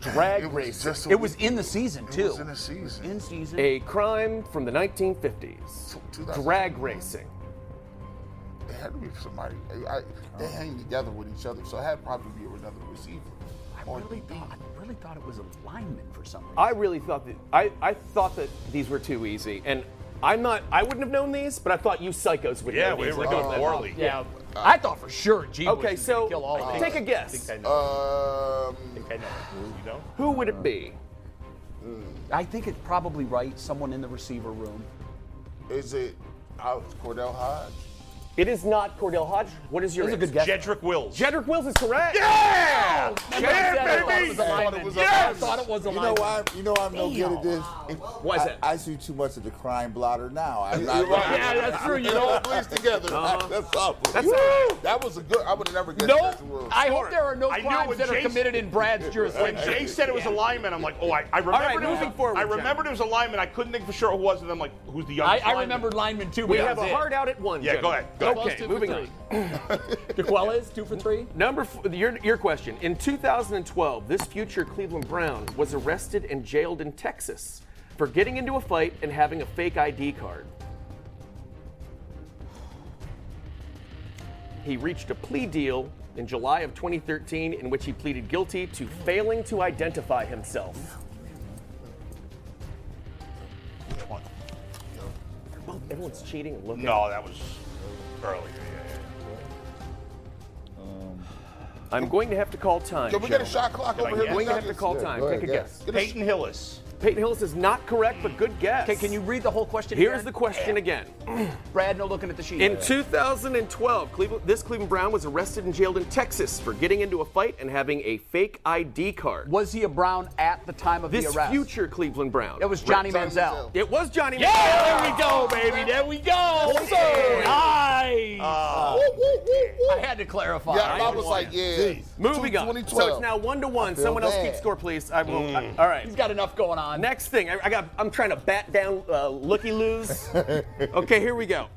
B: Drag
D: It was
B: race.
D: just a
B: It was
D: week-
B: in the season
D: It
B: too.
D: was in the season.
B: In season.
H: A crime from the 1950s. Drag racing.
D: There had to be somebody. I, I,
C: Oh.
D: they hang together with each other, so it had to probably be another receiver.
B: I really thought. I really thought it was a lineman for some
D: Um,
B: reason.
H: I really thought that I, I thought that these were too easy, and I'm not. I wouldn't have known these, but I thought you psychos would.
C: Yeah,
H: know
C: we
H: these.
C: were
H: Like,
C: going poorly.
A: Yeah.
B: I thought for sure G was
H: Okay,
B: gonna
H: so
B: kill all of
H: take
B: us.
H: a guess.
D: Um,
C: I know. You know?
H: Who would it be?
B: Mm, I think it's probably right. Someone in the receiver room.
D: is it uh, Cordell Hodge?
H: It is not Cordell Hodge. What is your?
B: That's a
H: answer?
B: good guess.
C: Jedrick Wills.
H: Jedrick Wills is correct. Oh,
C: yeah! Yeah,
B: thought it
C: baby!
B: was a lineman. I thought it was a
E: You
B: lineman.
E: know why? You know I'm no good at this.
H: Why is
E: I-
H: that?
E: I, see too much of the crime blotter now. I'm
D: You're
E: not.
D: right.
A: Yeah, that's true. You
D: It all
A: know.
D: plays together. Uh-huh. That's awful.
H: That's all right.
D: That was a good. I would have never guessed
B: Uh-huh. No,
D: that. to a-
B: I hope there are no
C: I knew
B: crimes
C: when
B: that are
C: Jason-
B: committed in Brad's
C: When
B: jurisdiction.
C: Jay said it was a lineman, I'm like, oh, I, I remembered.
H: right,
C: it was-
H: moving forward,
C: I
H: Jack.
C: remembered it was a lineman. I couldn't think for sure who it was, and I'm like, who's the
B: I,
C: youngest?
B: I
C: lineman?
B: remembered lineman too.
H: We
B: but
H: have
B: that
H: a
B: was
H: hard
B: it.
H: out at one.
C: Yeah,
H: gentlemen.
C: go ahead. Go ahead.
A: Close
H: Okay,
A: two for
H: moving on.
A: three.
B: DeQuell is two for three.
H: Number f- your your question. In 2012, this future Cleveland Brown was arrested and jailed in Texas for getting into a fight and having a fake ID card. He reached a plea deal in July of 2013 in which he pleaded guilty to failing to identify himself. Well, everyone's cheating and looking.
C: No, that was earlier. Yeah,
H: Um, I'm going to have to call time.
D: Can we get a
H: gentlemen.
D: shot clock
C: Can I
D: over
C: guess?
D: here?
H: I'm going to have to
D: Seconds.
H: call
E: Yeah,
H: time.
E: go ahead,
H: Take a
E: guess.
H: guess.
C: yeah. Peyton Hillis.
H: Peyton Hillis is not correct, but good guess.
B: Okay, can you read the whole question?
H: Here's
B: again?
H: the question again.
B: Brad, no looking at the sheet.
H: In 2012, Cleveland, this Cleveland Brown was arrested and jailed in Texas for getting into a fight and having a fake ID card.
B: was he a Brown at the time of
H: this
B: the arrest?
H: future Cleveland Brown?
B: It was Johnny
D: Johnny
B: Manziel.
D: Manziel.
H: It was Johnny.
A: Yeah, there
H: Manziel. Oh,
A: we go, baby. There we go. Nice.
B: Ah.
D: Oh,
B: Oh. I had to clarify.
D: Yeah, I was like, yeah.
H: Moving on. So
D: 2012.
H: it's now one to one.
D: feel
H: Someone else
D: bad.
H: keep score, please. I will. I- all right.
B: He's got enough going on.
H: Next thing, I, I got. I'm trying to bat down uh, looky loos. okay, here we go.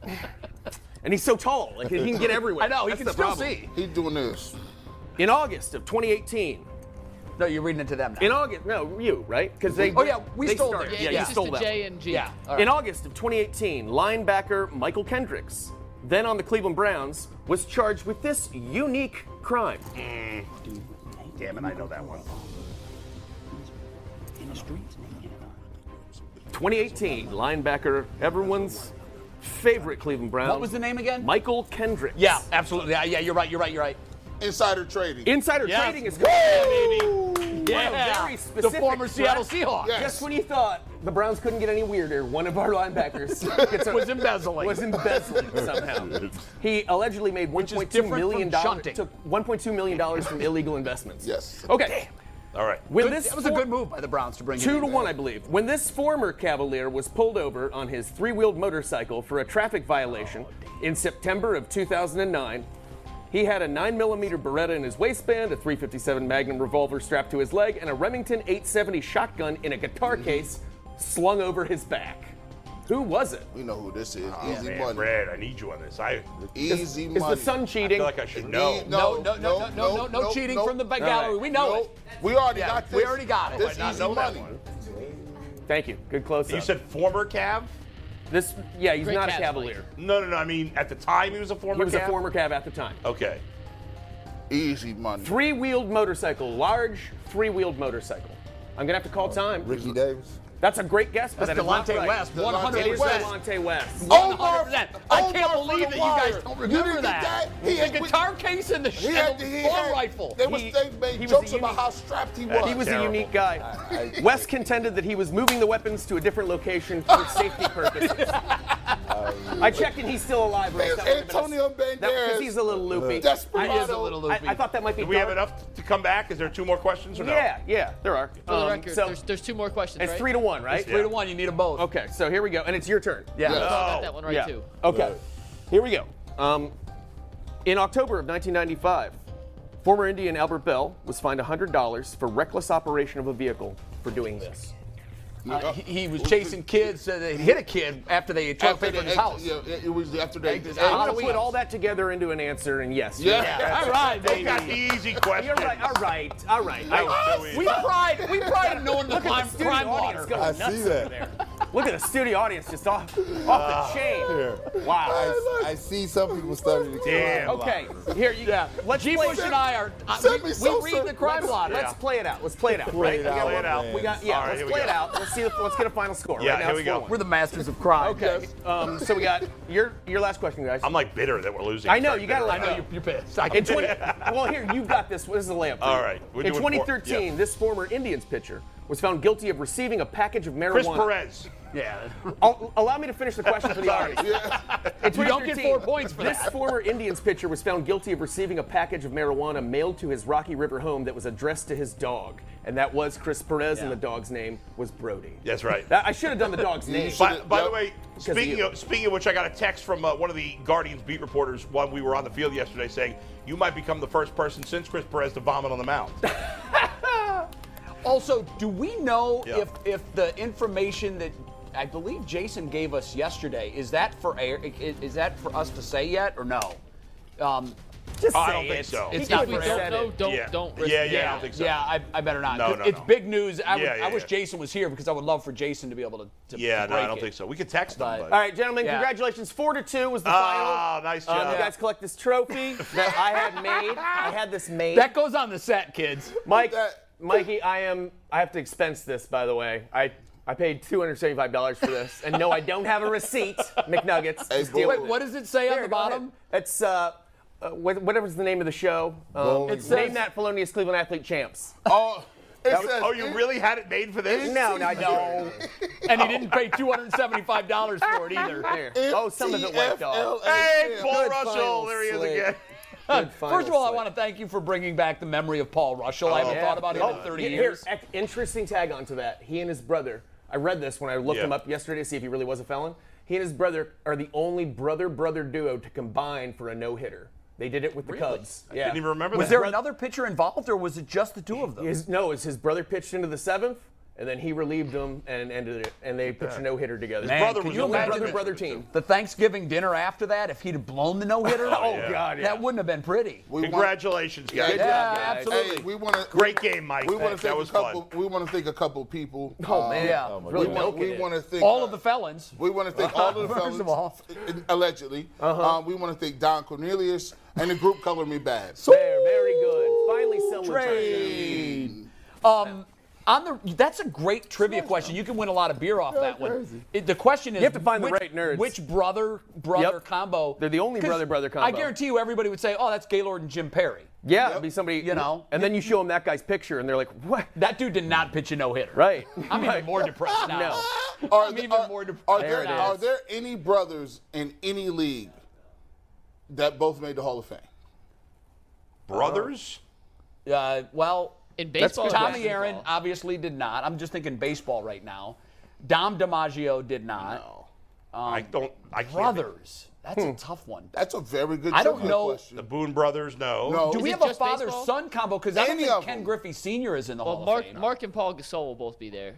H: And he's so tall, like he can get everywhere.
B: I know, he
H: That's
B: can
H: the
B: still
H: problem.
B: see.
D: He's doing this.
H: In August of 2018,
B: No, you're reading it to them now.
H: In August, no, you right? Because they.
B: Oh, yeah, we
H: they
B: stole
H: started.
B: that.
H: Yeah,
B: Yeah,
H: you
A: this is
H: stole
A: to
H: that.
A: J and G.
B: yeah. all right.
H: In August of 2018, linebacker Michael Kendricks, then on the Cleveland Browns, was charged with this unique crime.
B: Mm.
C: Damn it, I know that one.
H: 2018, linebacker, everyone's favorite Cleveland
D: Um,
H: Brown.
B: What was the name again?
H: Michael Kendricks.
B: Yeah, absolutely. Yeah, yeah, you're right. You're right. You're right.
D: Insider trading.
H: Insider
C: Yeah.
H: trading is
B: Yeah,
H: very specific
B: the former Seattle
H: threat.
B: Seahawks.
D: Yes.
H: Just when you thought the Browns couldn't get any weirder, one of our linebackers gets a-
B: Was embezzling.
H: Was embezzling somehow. He allegedly made
B: is
H: 1.2
B: different
H: million
B: from
H: dollars.
B: shunting.
H: Took 1.2 million dollars from illegal investments.
D: Yes.
H: Okay.
C: All right.
H: When
B: Good-
H: this
B: that was a
H: for-
B: good move by the Browns to bring him
H: Two
B: in
H: to
B: there.
H: one, I believe. When this former Cavalier was pulled over on his three-wheeled motorcycle for a traffic
B: Oh,
H: violation in September of 2009, he had a 9mm Beretta in his waistband, a 357 Magnum revolver strapped to his leg, and a Remington 870 shotgun in a guitar
B: Mm-hmm.
H: case slung over his back. Who was it?
D: We know who this is. Easy
C: Oh, Man,
D: money.
C: Brad, I need you on this. I
D: Easy
H: Is
D: money.
H: the son
C: I
H: cheating?
C: feel like I should know.
D: No,
B: No, no, no, no, no, no, no, cheating from the back gallery. We know
D: Nope.
B: it.
D: We already
B: Yeah,
D: got this.
B: we already got it.
D: This
C: I
D: easy
C: know that
D: money.
C: one.
H: Thank you. Good close
C: You
H: up.
C: said former Cav?
H: this. Yeah, he's
A: Great
H: not a
A: catch,
H: Cavalier.
C: No, no, no. I mean, at the time, he was a former.
H: He was a
C: Cav?
H: former Cav at the time.
C: Okay.
D: Easy money.
H: Three-wheeled motorcycle, large three-wheeled motorcycle. I'm gonna have to call
D: Uh,
H: time.
E: Ricky Davis.
H: That's a great guess, but
B: That's
H: that is not
B: Delonte
H: right.
B: West,
D: Delonte
B: 100
H: It is
D: West.
H: Delonte West.
D: Omar,
B: 100%. I can't
D: Omar from
B: believe
D: The
B: that you guys
D: Wire.
B: don't
D: You
B: remember
D: didn't get
B: that.
D: He
B: The
D: had
B: guitar case and the,
D: He
B: and
D: had
B: the
D: he
B: long
D: had,
B: rifle.
D: They was
H: He-
D: they made
H: he was
D: jokes
H: a
D: about
H: unique-
D: how strapped he was.
H: He was
C: Terrible.
H: a unique guy. West contended that he was moving the weapons to a different location for safety purposes. I checked and he's still alive. Ross.
D: There's
H: That would've been a-
D: Antonio Banderas.
H: that- 'cause He's a little loopy.
D: Desperado.
H: I-
D: He is a
A: little
H: I-
A: loopy.
H: I, thought that might be.
C: Do we have
H: dark.
C: enough to come back? Is there two more questions or no?
H: Yeah, yeah, there are.
A: For the
H: Um,
A: record,
H: so
A: there's, there's two more questions,
H: it's
A: right?
H: three to one, right?
B: Three to one. You need them both.
H: Okay, so here we go, and it's your turn.
B: Yeah.
A: I got that one right,
H: yeah.
A: too.
H: Okay. Here we go. Um, in October of 1995, former Indian Albert Bell was fined $100 for reckless operation of a vehicle for doing this.
B: Uh, he, he was chasing kids. Uh, they hit a kid after they took
D: Oh. After
B: paper
D: the
B: in his
D: egg-
B: house.
D: Yeah, it it was after they.
B: Egg-
D: egg-
B: I'm
H: I'm
B: gonna
H: going to put all that together into an answer, and yes.
D: Yeah.
B: All right,
C: They got the
B: baby.
C: easy question.
H: You're right, all right, all right. All right.
B: We pride. We pride in knowing the
H: Look at
B: crime,
H: the studio
B: crime
H: audience
B: water.
H: going
E: I
H: nuts
E: see
H: over
E: that. Ah,
H: there. Look at the studio audience just off, off the chain. Wow.
E: I, I see some people studying the
C: Damn.
E: crime.
H: Okay, here you
B: Yeah.
H: Let's
B: G.
H: play
B: Bush and I are.
H: uh,
B: I-
D: Send
B: we
D: me
B: we
D: Sosa.
B: read the crime water.
H: Let's play it out. Let's play it out.
E: Play
H: right?
E: it
H: We got
E: out,
H: one-
E: man.
H: We got yeah.
C: All right,
H: let's
C: here we
H: play it
C: go.
H: out. Let's see. The, let's get a final score.
C: Yeah,
H: right now
C: here we
H: it's
C: go.
H: four-one.
B: We're the masters of crime.
H: Okay. Um, so we got your your last question, guys.
C: I'm like bitter that we're losing.
H: I know
C: Very
H: you got to
C: bitter.
H: let
B: I know
H: go.
B: you're, you're pissed. I
H: In
B: can
H: 20, well, here you got this. This is a layup. for
C: All
H: you.
C: right, we're
H: In
C: doing four.
H: 2013,
C: Yeah.
H: this former Indians pitcher was found guilty of receiving a package of marijuana.
C: Chris Perez.
B: Yeah.
H: Al- allow me to finish the question for the
C: Sorry.
H: audience. In
B: You don't get
H: 2013,
B: four points for
H: this
B: that.
H: former Indians pitcher was found guilty of receiving a package of marijuana mailed to his Rocky River home that was addressed to his dog, and that was Chris Perez, and the dog's name was Brody.
C: That's right.
H: That- I should have done the dog's name.
C: By, by the
D: Yep.
C: way,
H: of
C: speaking
H: you.
C: of, speaking of which, I got a text from uh, one of the Guardians beat reporters while we were on the field yesterday saying you might become the first person since Chris Perez to vomit on the mound.
B: Also, do we know
C: Yeah.
B: if if the information that I believe Jason gave us yesterday is that for air? Is, is that for us to say yet or no? Um,
H: Just
C: I
H: say
C: don't think
H: it.
C: so.
H: He
B: It's
H: could
B: not
H: have
B: for
H: said
B: sale.
H: it.
A: No, don't,
C: Yeah.
A: don't risk
C: Yeah,
A: it.
C: yeah, I don't think so.
B: Yeah, I, I better not.
C: No,
B: 'cause
C: no,
B: it's
C: no.
B: big news. I, would,
C: Yeah, yeah,
B: I wish
C: yeah.
B: Jason was here because I would love for Jason to be able to. to
C: yeah,
B: to
C: no, I
B: break
C: don't
B: it.
C: think so. We could text them.
B: But-
C: But.
H: All right, gentlemen,
B: Yeah.
H: congratulations. Four to two was the
C: Ah,
H: final.
C: nice
H: Um,
C: job.
H: you guys collect this trophy that I had made. I had this made.
B: That goes on the set, kids.
H: Mike,
D: That-
H: Mikey, I am. I have to expense this, by the way. I I paid two hundred seventy-five dollars for this, and no, I don't have a receipt. McNuggets.
E: Hey,
H: Just deal
E: boy.
H: with
B: Wait, what does it say
H: There,
B: on the
H: go ahead.
B: bottom?
H: It's uh, uh, wh- whatever's the name of the show. Um,
E: Bowling
H: it's
E: Green.
H: name that felonious Cleveland athlete champs.
D: Oh, it says,
C: Oh, you really had it made for this?
H: No, no, I don't.
B: And he didn't pay two hundred and seventy-five dollars for it either.
H: There. Oh, some of it wiped off.
C: Hey, Paul
H: Good
C: Russell,
H: final
C: there he is
H: slate.
C: again.
H: Good
B: First of all, I
H: final
B: want to thank you for bringing back the memory of Paul Russell. I haven't
H: Yeah.
B: thought about him in
H: Oh,
B: 30
H: here-
B: years.
H: Here, ec- interesting tag on to that. He and his brother. I read this when I looked
C: Yeah.
H: him up yesterday to see if he really was a felon. He and his brother are the only brother brother duo to combine for a no hitter. They did it with the Cubs. yeah.
C: Didn't even remember
B: Was
C: that.
B: there another pitcher involved, or was it just the two of them?
H: His, no, is his brother pitched into the seventh, and then he relieved him and ended it, and they pitched a no hitter together.
C: Man, brother
B: could
C: was
B: you
C: a
B: imagine
C: legend.
H: brother brother team.
B: The Thanksgiving dinner after that, if he'd have blown the no hitter,
H: Oh God, yeah.
B: that wouldn't have been pretty.
D: We want-
C: Congratulations, guys.
D: Yeah,
B: Yeah,
D: guys.
B: absolutely.
D: Hey, we want to.
C: Great game, Mike.
D: We want to
C: That
D: thank
C: was
D: a couple.
C: fun.
D: We want to thank a couple people. um,
H: Oh man,
B: yeah.
H: Oh, my
D: we
H: really
D: want,
H: milking
D: we
H: it.
D: want to thank
B: All
D: uh,
B: of the felons.
D: We want to thank all of the
B: First
D: fellas,
B: of all. Uh-huh.
D: allegedly. Um, we want to thank Don Cornelius and the group Color Me Bad.
H: There, very good. Finally, someone. tried that.
B: Trade. Um, on the that's a great trivia question. You can win a lot of beer off that one. It- the question is
H: have to find the
B: which,
H: right nerds.
B: Which brother brother
H: Yep.
B: combo?
H: They're the only
B: 'cause
H: brother-brother
B: I
H: combo.
B: guarantee you, everybody would say, "Oh, that's Gaylord and Jim Perry."
H: Yeah, it'd be somebody
B: You know.
H: And then you show them that guy's picture, and they're like, "What?"
B: That dude did not pitch a no hitter.
H: Right.
B: I'm even more depressed now.
H: No.
D: Are,
B: I'm
D: th-
B: even
D: are-
B: more depressed.
D: are
B: There
D: there,
B: it is.
D: are there any brothers in any league that both made the Hall of Fame?
C: Brothers?
B: Uh, well,
A: In baseball,
B: Tommy
A: basketball.
B: Aaron obviously did not. I'm just thinking baseball right now. Dom DiMaggio did not. Um,
C: I don't. I can't.
B: Brothers. That's
H: Hmm.
B: a tough one.
D: Hmm. That's a very good.
B: I don't
D: trivia
B: know-
C: The
D: Question.
C: Boone brothers? No.
D: No.
B: Do we
D: Is
B: have
D: it
B: a
A: just
B: father son combo? Because I don't
D: Any
B: think
D: of
B: Ken
D: them.
B: Griffey Sr. is in the
A: Well,
B: Hall of
A: Mark,
B: Fame.
A: Mark and Paul Gasol will both be there.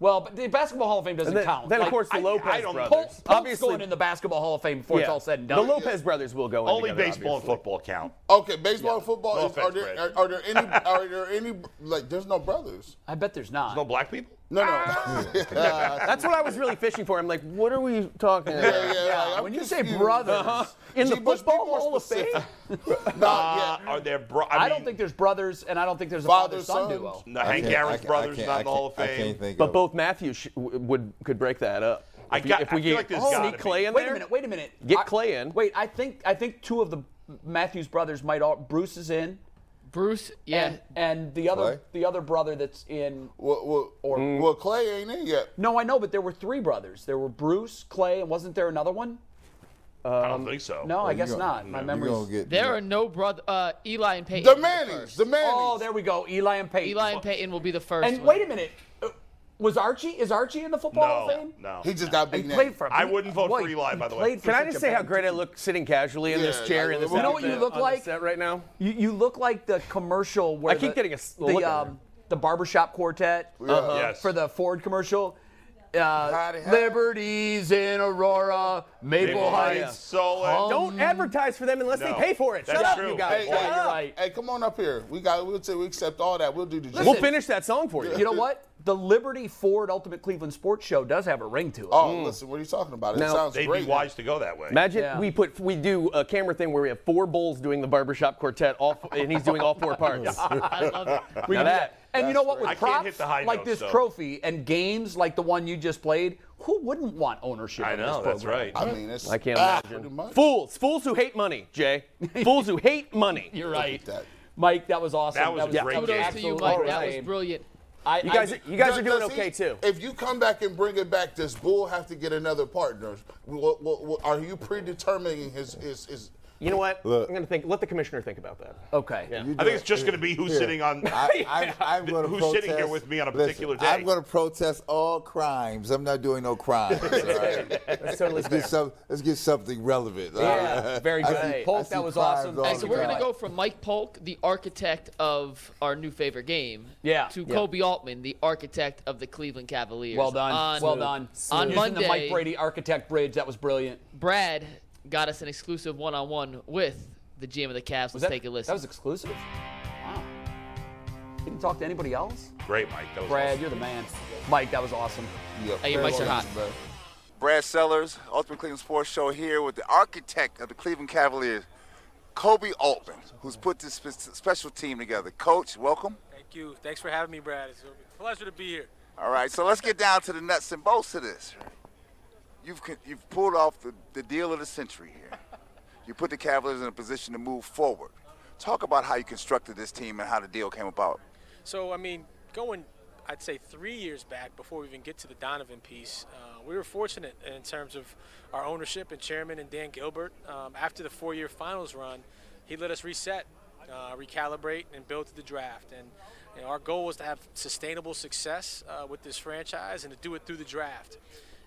B: Well, but the Basketball Hall of Fame doesn't
H: Then,
B: count.
H: then,
B: Like,
H: of course, the
C: I-
H: Lopez
C: I don't-
H: brothers.
B: Pol- Polk's
H: Obviously,
B: going in the Basketball Hall of Fame before it's
H: yeah.
B: all said and done.
H: The Lopez brothers will go in.
C: Only
H: together,
C: baseball and
H: obviously.
C: football count.
D: Okay, baseball and football.
C: No
D: is- are
C: offense,
D: there are,
C: Brad.
D: are there any are there any like? There's no brothers.
B: I bet there's not.
C: No black people?
D: No, no.
B: Ah,
H: That's what I was really fishing for. I'm like, what are we talking about? Uh-huh.
D: Yeah, yeah, like, I'm
B: when you say
D: confused.
B: brothers,
H: In the
D: Gee, but
H: football
D: be more
H: Hall of Fame?
D: specific.
C: Uh,
D: nah, yeah.
C: are there bro- I,
B: I,
C: mean,
B: don't think there's brothers, and I don't think there's a
D: Father,
B: father-son
D: son.
B: duo.
C: No, Hank
E: can't- I
C: Aaron's
E: can't-
C: brother's
E: I
C: not in
E: can't-
C: the Hall of
E: I
C: Fame.
E: can't think
H: But
E: of-
H: both Matthews sh- w- would could break that up.
C: I
H: If you-
C: got-
H: If we
C: I feel
H: get
C: like there's gotta
H: sneak
C: be.
H: Clay in
B: Wait
H: there,
B: a minute. Wait a minute.
H: Get
B: I-
H: Clay in.
B: Wait, I think I think two of the Matthews brothers might all. Bruce is in.
A: Bruce, yeah,
B: And, and the other
F: Clay?
B: the other brother that's in
D: Well, well,
B: or
D: well, Clay ain't in yet.
B: no, I know, but there were three brothers. There were Bruce, Clay, and wasn't there another one?
C: I
H: Um,
C: don't think so.
D: Oh,
B: No, I guess
F: gonna-
B: not. My
F: You're
B: memory's
F: going to get.
A: there are no brother. Uh, Eli and Peyton.
D: The
A: will be
D: Mannings,
A: first.
D: the Mannings.
B: Oh, there we go. Eli and Peyton.
A: Eli and Peyton will be the first.
B: And
A: one.
B: wait a minute. Uh, Was Archie? Is Archie in the football Hall of
C: No,
B: Fame?
C: no.
D: He just got
B: He
D: big
B: played
D: name.
B: for.
C: I wouldn't vote
B: Boy,
C: for Eli,
B: he
C: by the way.
B: played for
H: Can I
B: such
H: just
B: a
H: say how
B: bad
H: great I look sitting casually in this
D: Yeah,
H: chair
D: like,
H: in this
D: you
B: know what you
H: outfit
B: look
H: on this
B: like?
H: set right now?
B: You, you look like the commercial where
H: I keep
B: the-
H: getting a s- look
B: the
H: at
B: um, the barbershop quartet
D: Uh-huh.
C: Yes.
B: for the Ford commercial. Uh,
D: Howdy, howdy.
B: Liberties in Aurora, Maple,
C: Maple
B: Heights.
C: Heights, Solon.
H: Don't advertise for them unless
C: No.
H: they pay for it.
C: That's
H: Shut
C: true.
H: up, you guys.
D: Hey,
H: Shut
D: hey,
H: up.
D: Hey, come on up here. We got. We'll say we accept all that. We'll do the.
H: We'll
D: job.
H: finish that song for you.
B: You know what? The Liberty Ford Ultimate Cleveland Sports Show does have a ring to it.
D: Oh, listen, what are you talking about? It
H: Now-
D: sounds
C: They'd
D: great.
C: be wise to go that way.
H: Imagine
B: Yeah.
H: we put we do a camera thing where we have four bulls doing the barbershop quartet, all f- and he's doing all four parts.
A: I love it.
H: now that
B: and you know what? With
C: I
B: props
C: can't hit the high
B: like
C: notes,
B: this
C: though.
B: trophy and games like the one you just played, who wouldn't want ownership?
C: I
B: of this
C: know, that's
B: program?
C: right.
D: I mean, it's.
H: I can't
D: ah,
H: imagine.
D: pretty much.
H: fools, fools who hate money, Jay, fools who hate money.
B: You're right,
D: That.
B: Mike. That was awesome.
C: That was a great
B: absolutely
C: game.
A: Kudos to you, Mike. That was
B: awesome.
A: brilliant.
B: I-
H: You guys,
B: I-
H: you guys
D: Does-
H: are doing
D: does he-
H: okay too.
D: If you come back and bring it back, does Bull have to get another partner? What, what, what, are you predetermining his his, his
H: You know what?
F: Look.
H: I'm gonna think. Let the commissioner think about that.
B: okay.
C: I think it's just going to be who's
F: uh, Here.
C: sitting on.
F: I, I, I'm going to
C: Who's
F: protest.
C: sitting here with me on a
F: Listen,
C: particular day?
F: I'm going to protest all crimes. I'm not doing no crimes. all right?
H: That's totally
F: let's, get
H: fair.
F: some, let's get something relevant. all
H: Yeah,
F: right?
H: very
F: I
H: good.
F: see-
H: Hey,
F: I
B: Polk,
F: see
B: that was
F: crimes
B: awesome.
F: all
B: Hey,
A: Hey,
B: Oh
A: so
F: the
A: we're
F: time.
A: gonna go from Mike Polk, the architect of our new favorite game,
B: Yeah.
A: to
B: Yeah.
A: Kobe Altman, the architect of the Cleveland Cavaliers.
B: Well done.
A: On-
B: well done.
A: on
B: Using the
A: Monday-
B: Mike Brady architect bridge. That was brilliant.
A: Brad got us an exclusive one-on-one with the GM of the Cavs. Let's
B: Was that,
A: take a listen.
B: That was exclusive. Wow. Didn't talk to anybody else.
C: Great, Mike. That was
B: Brad,
C: awesome.
B: you're the man. Mike, that was awesome.
D: yeah,
A: Hey, your mics are hot.
F: Brad Sellers, Ultimate Cleveland Sports Show here with the architect of the Cleveland Cavaliers, Kobe Altman, who's put this spe- special team together. Coach, welcome.
I: Thank you. Thanks for having me, Brad. It's a pleasure to be here.
F: All right, so let's get down to the nuts and bolts of this. You've, con- you've pulled off the, the deal of the century here. You put the Cavaliers in a position to move forward. Talk about how you constructed this team and how the deal came about.
I: So, I mean, going, I'd say three years back before we even get to the Donovan piece, uh, we were fortunate in terms of our ownership and chairman and Dan Gilbert. Um, after the four year finals run, he let us reset, uh, recalibrate, and build to the draft. And you know, our goal was to have sustainable success uh, with this franchise and to do it through the draft.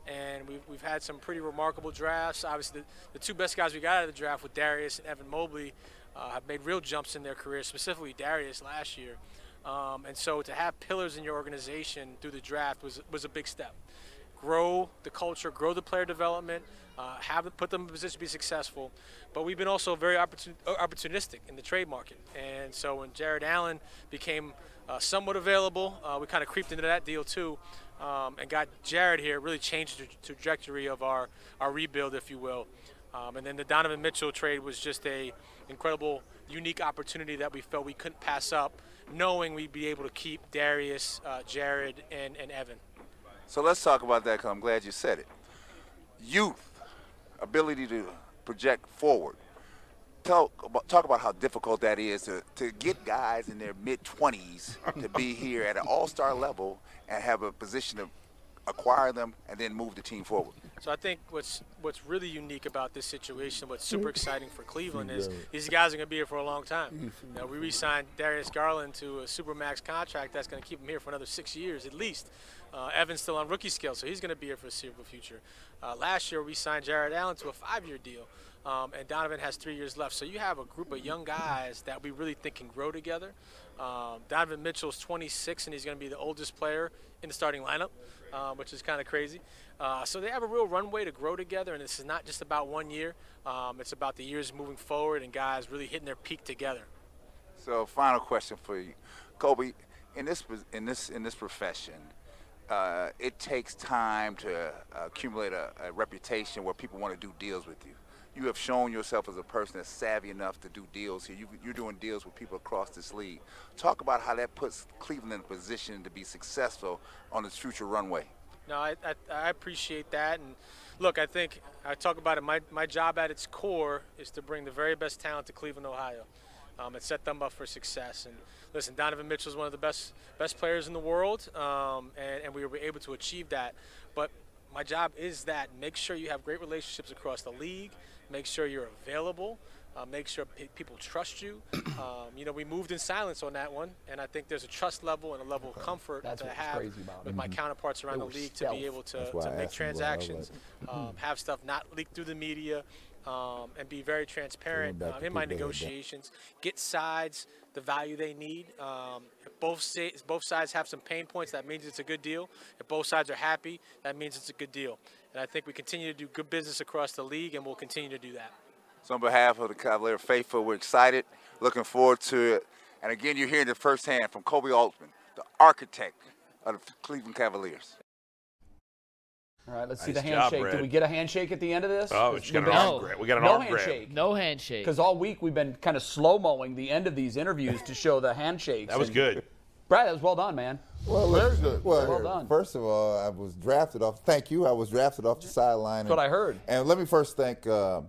I: and we've, we've had some pretty remarkable drafts. Obviously, the, the two best guys we got out of the draft with Darius and Evan Mobley uh, have made real jumps in their careers, specifically Darius last year. Um, and so to have pillars in your organization through the draft was, was a big step. Grow the culture, grow the player development, uh, have put them in a position to be successful. But we've been also very opportun- uh, opportunistic in the trade market. And so when Jared Allen became uh, somewhat available, uh, we kind of creeped into that deal too um, and got Jared here really changed the trajectory of our, our rebuild, if you will. Um, and then the Donovan Mitchell trade was just a incredible, unique opportunity that we felt we couldn't pass up, knowing we'd be able to keep Darius, uh, Jared, and, and Evan.
F: So let's talk about that because I'm glad you said it. Youth, ability to project forward. Talk about, talk about how difficult that is to, to get guys in their mid 20s to be here at an all star level and have a position to acquire them and then move the team forward.
I: So I think what's what's really unique about this situation, what's super exciting for Cleveland is these guys are going to be here for a long time. You know, we re-signed Darius Garland to a supermax contract that's going to keep him here for another six years at least. Uh, Evan's still on rookie scale, so he's going to be here for the foreseeable future. Uh, last year we signed Jared Allen to a five-year deal, um, and Donovan has three years left. So you have a group of young guys that we really think can grow together. Um, Donovan Mitchell's 26 and he's going to be the oldest player in the starting lineup, um, which is kind of crazy. Uh, so they have a real runway to grow together, and this is not just about one year. Um, it's about the years moving forward and guys really hitting their peak together.
F: So, final question for you, Kobe. In this in this in this profession, uh, it takes time to uh, accumulate a, a reputation where people want to do deals with you. You have shown yourself as a person that's savvy enough to do deals here. You, you're doing deals with people across this league. Talk about how that puts Cleveland in a position to be successful on its future runway.
I: No, I, I, I appreciate that. And look, I think I talk about it. My, my job at its core is to bring the very best talent to Cleveland, Ohio. um, and set them up for success. And listen, Donovan Mitchell is one of the best best players in the world, um, and, and we were able to achieve that. But my job is that make sure you have great relationships across the league, make sure you're available, uh, make sure pe people trust you. Um, you know, we moved in silence on that one, and I think there's a trust level and a level of comfort
B: That's
I: that I
B: what was
I: have
B: crazy about it.
I: with my counterparts around
B: They
I: the
B: were
I: league to
B: stealth.
I: be able to,
F: why I
I: to make
F: asked him what I was
I: transactions, um, have stuff not leak through the media, um, and be very transparent
F: back
I: um,
F: to
I: in my
F: Big Daddy Dan.
I: negotiations. Get sides the value they need. Um, if both sides, both sides have some pain points, that means it's a good deal. If both sides are happy, that means it's a good deal. And I think we continue to do good business across the league, and we'll continue to do that.
E: So on behalf of the Cavalier faithful, we're excited, looking forward to it. And again, you're hearing it firsthand from Kobe Altman, the architect of the Cleveland Cavaliers.
B: All right, let's see the
C: Nice job,
B: handshake. Did
C: Red.
B: we get a handshake at the end of this?
C: Oh, we just got
B: We've
C: an
B: been-
C: arm grab. We got an
B: no
C: arm grab.
B: handshake.
A: No handshake.
B: Because all week we've been kind of slow mowing the end of these interviews to show the handshakes.
C: That was
B: and-
C: good.
B: Brad, that was well done, man.
F: Well,
D: Very
F: look,
D: good.
F: Well,
B: Well done.
F: first of all, I was drafted off. Thank you. I was drafted off the sideline. That's
B: what I heard.
F: And let me first thank uh,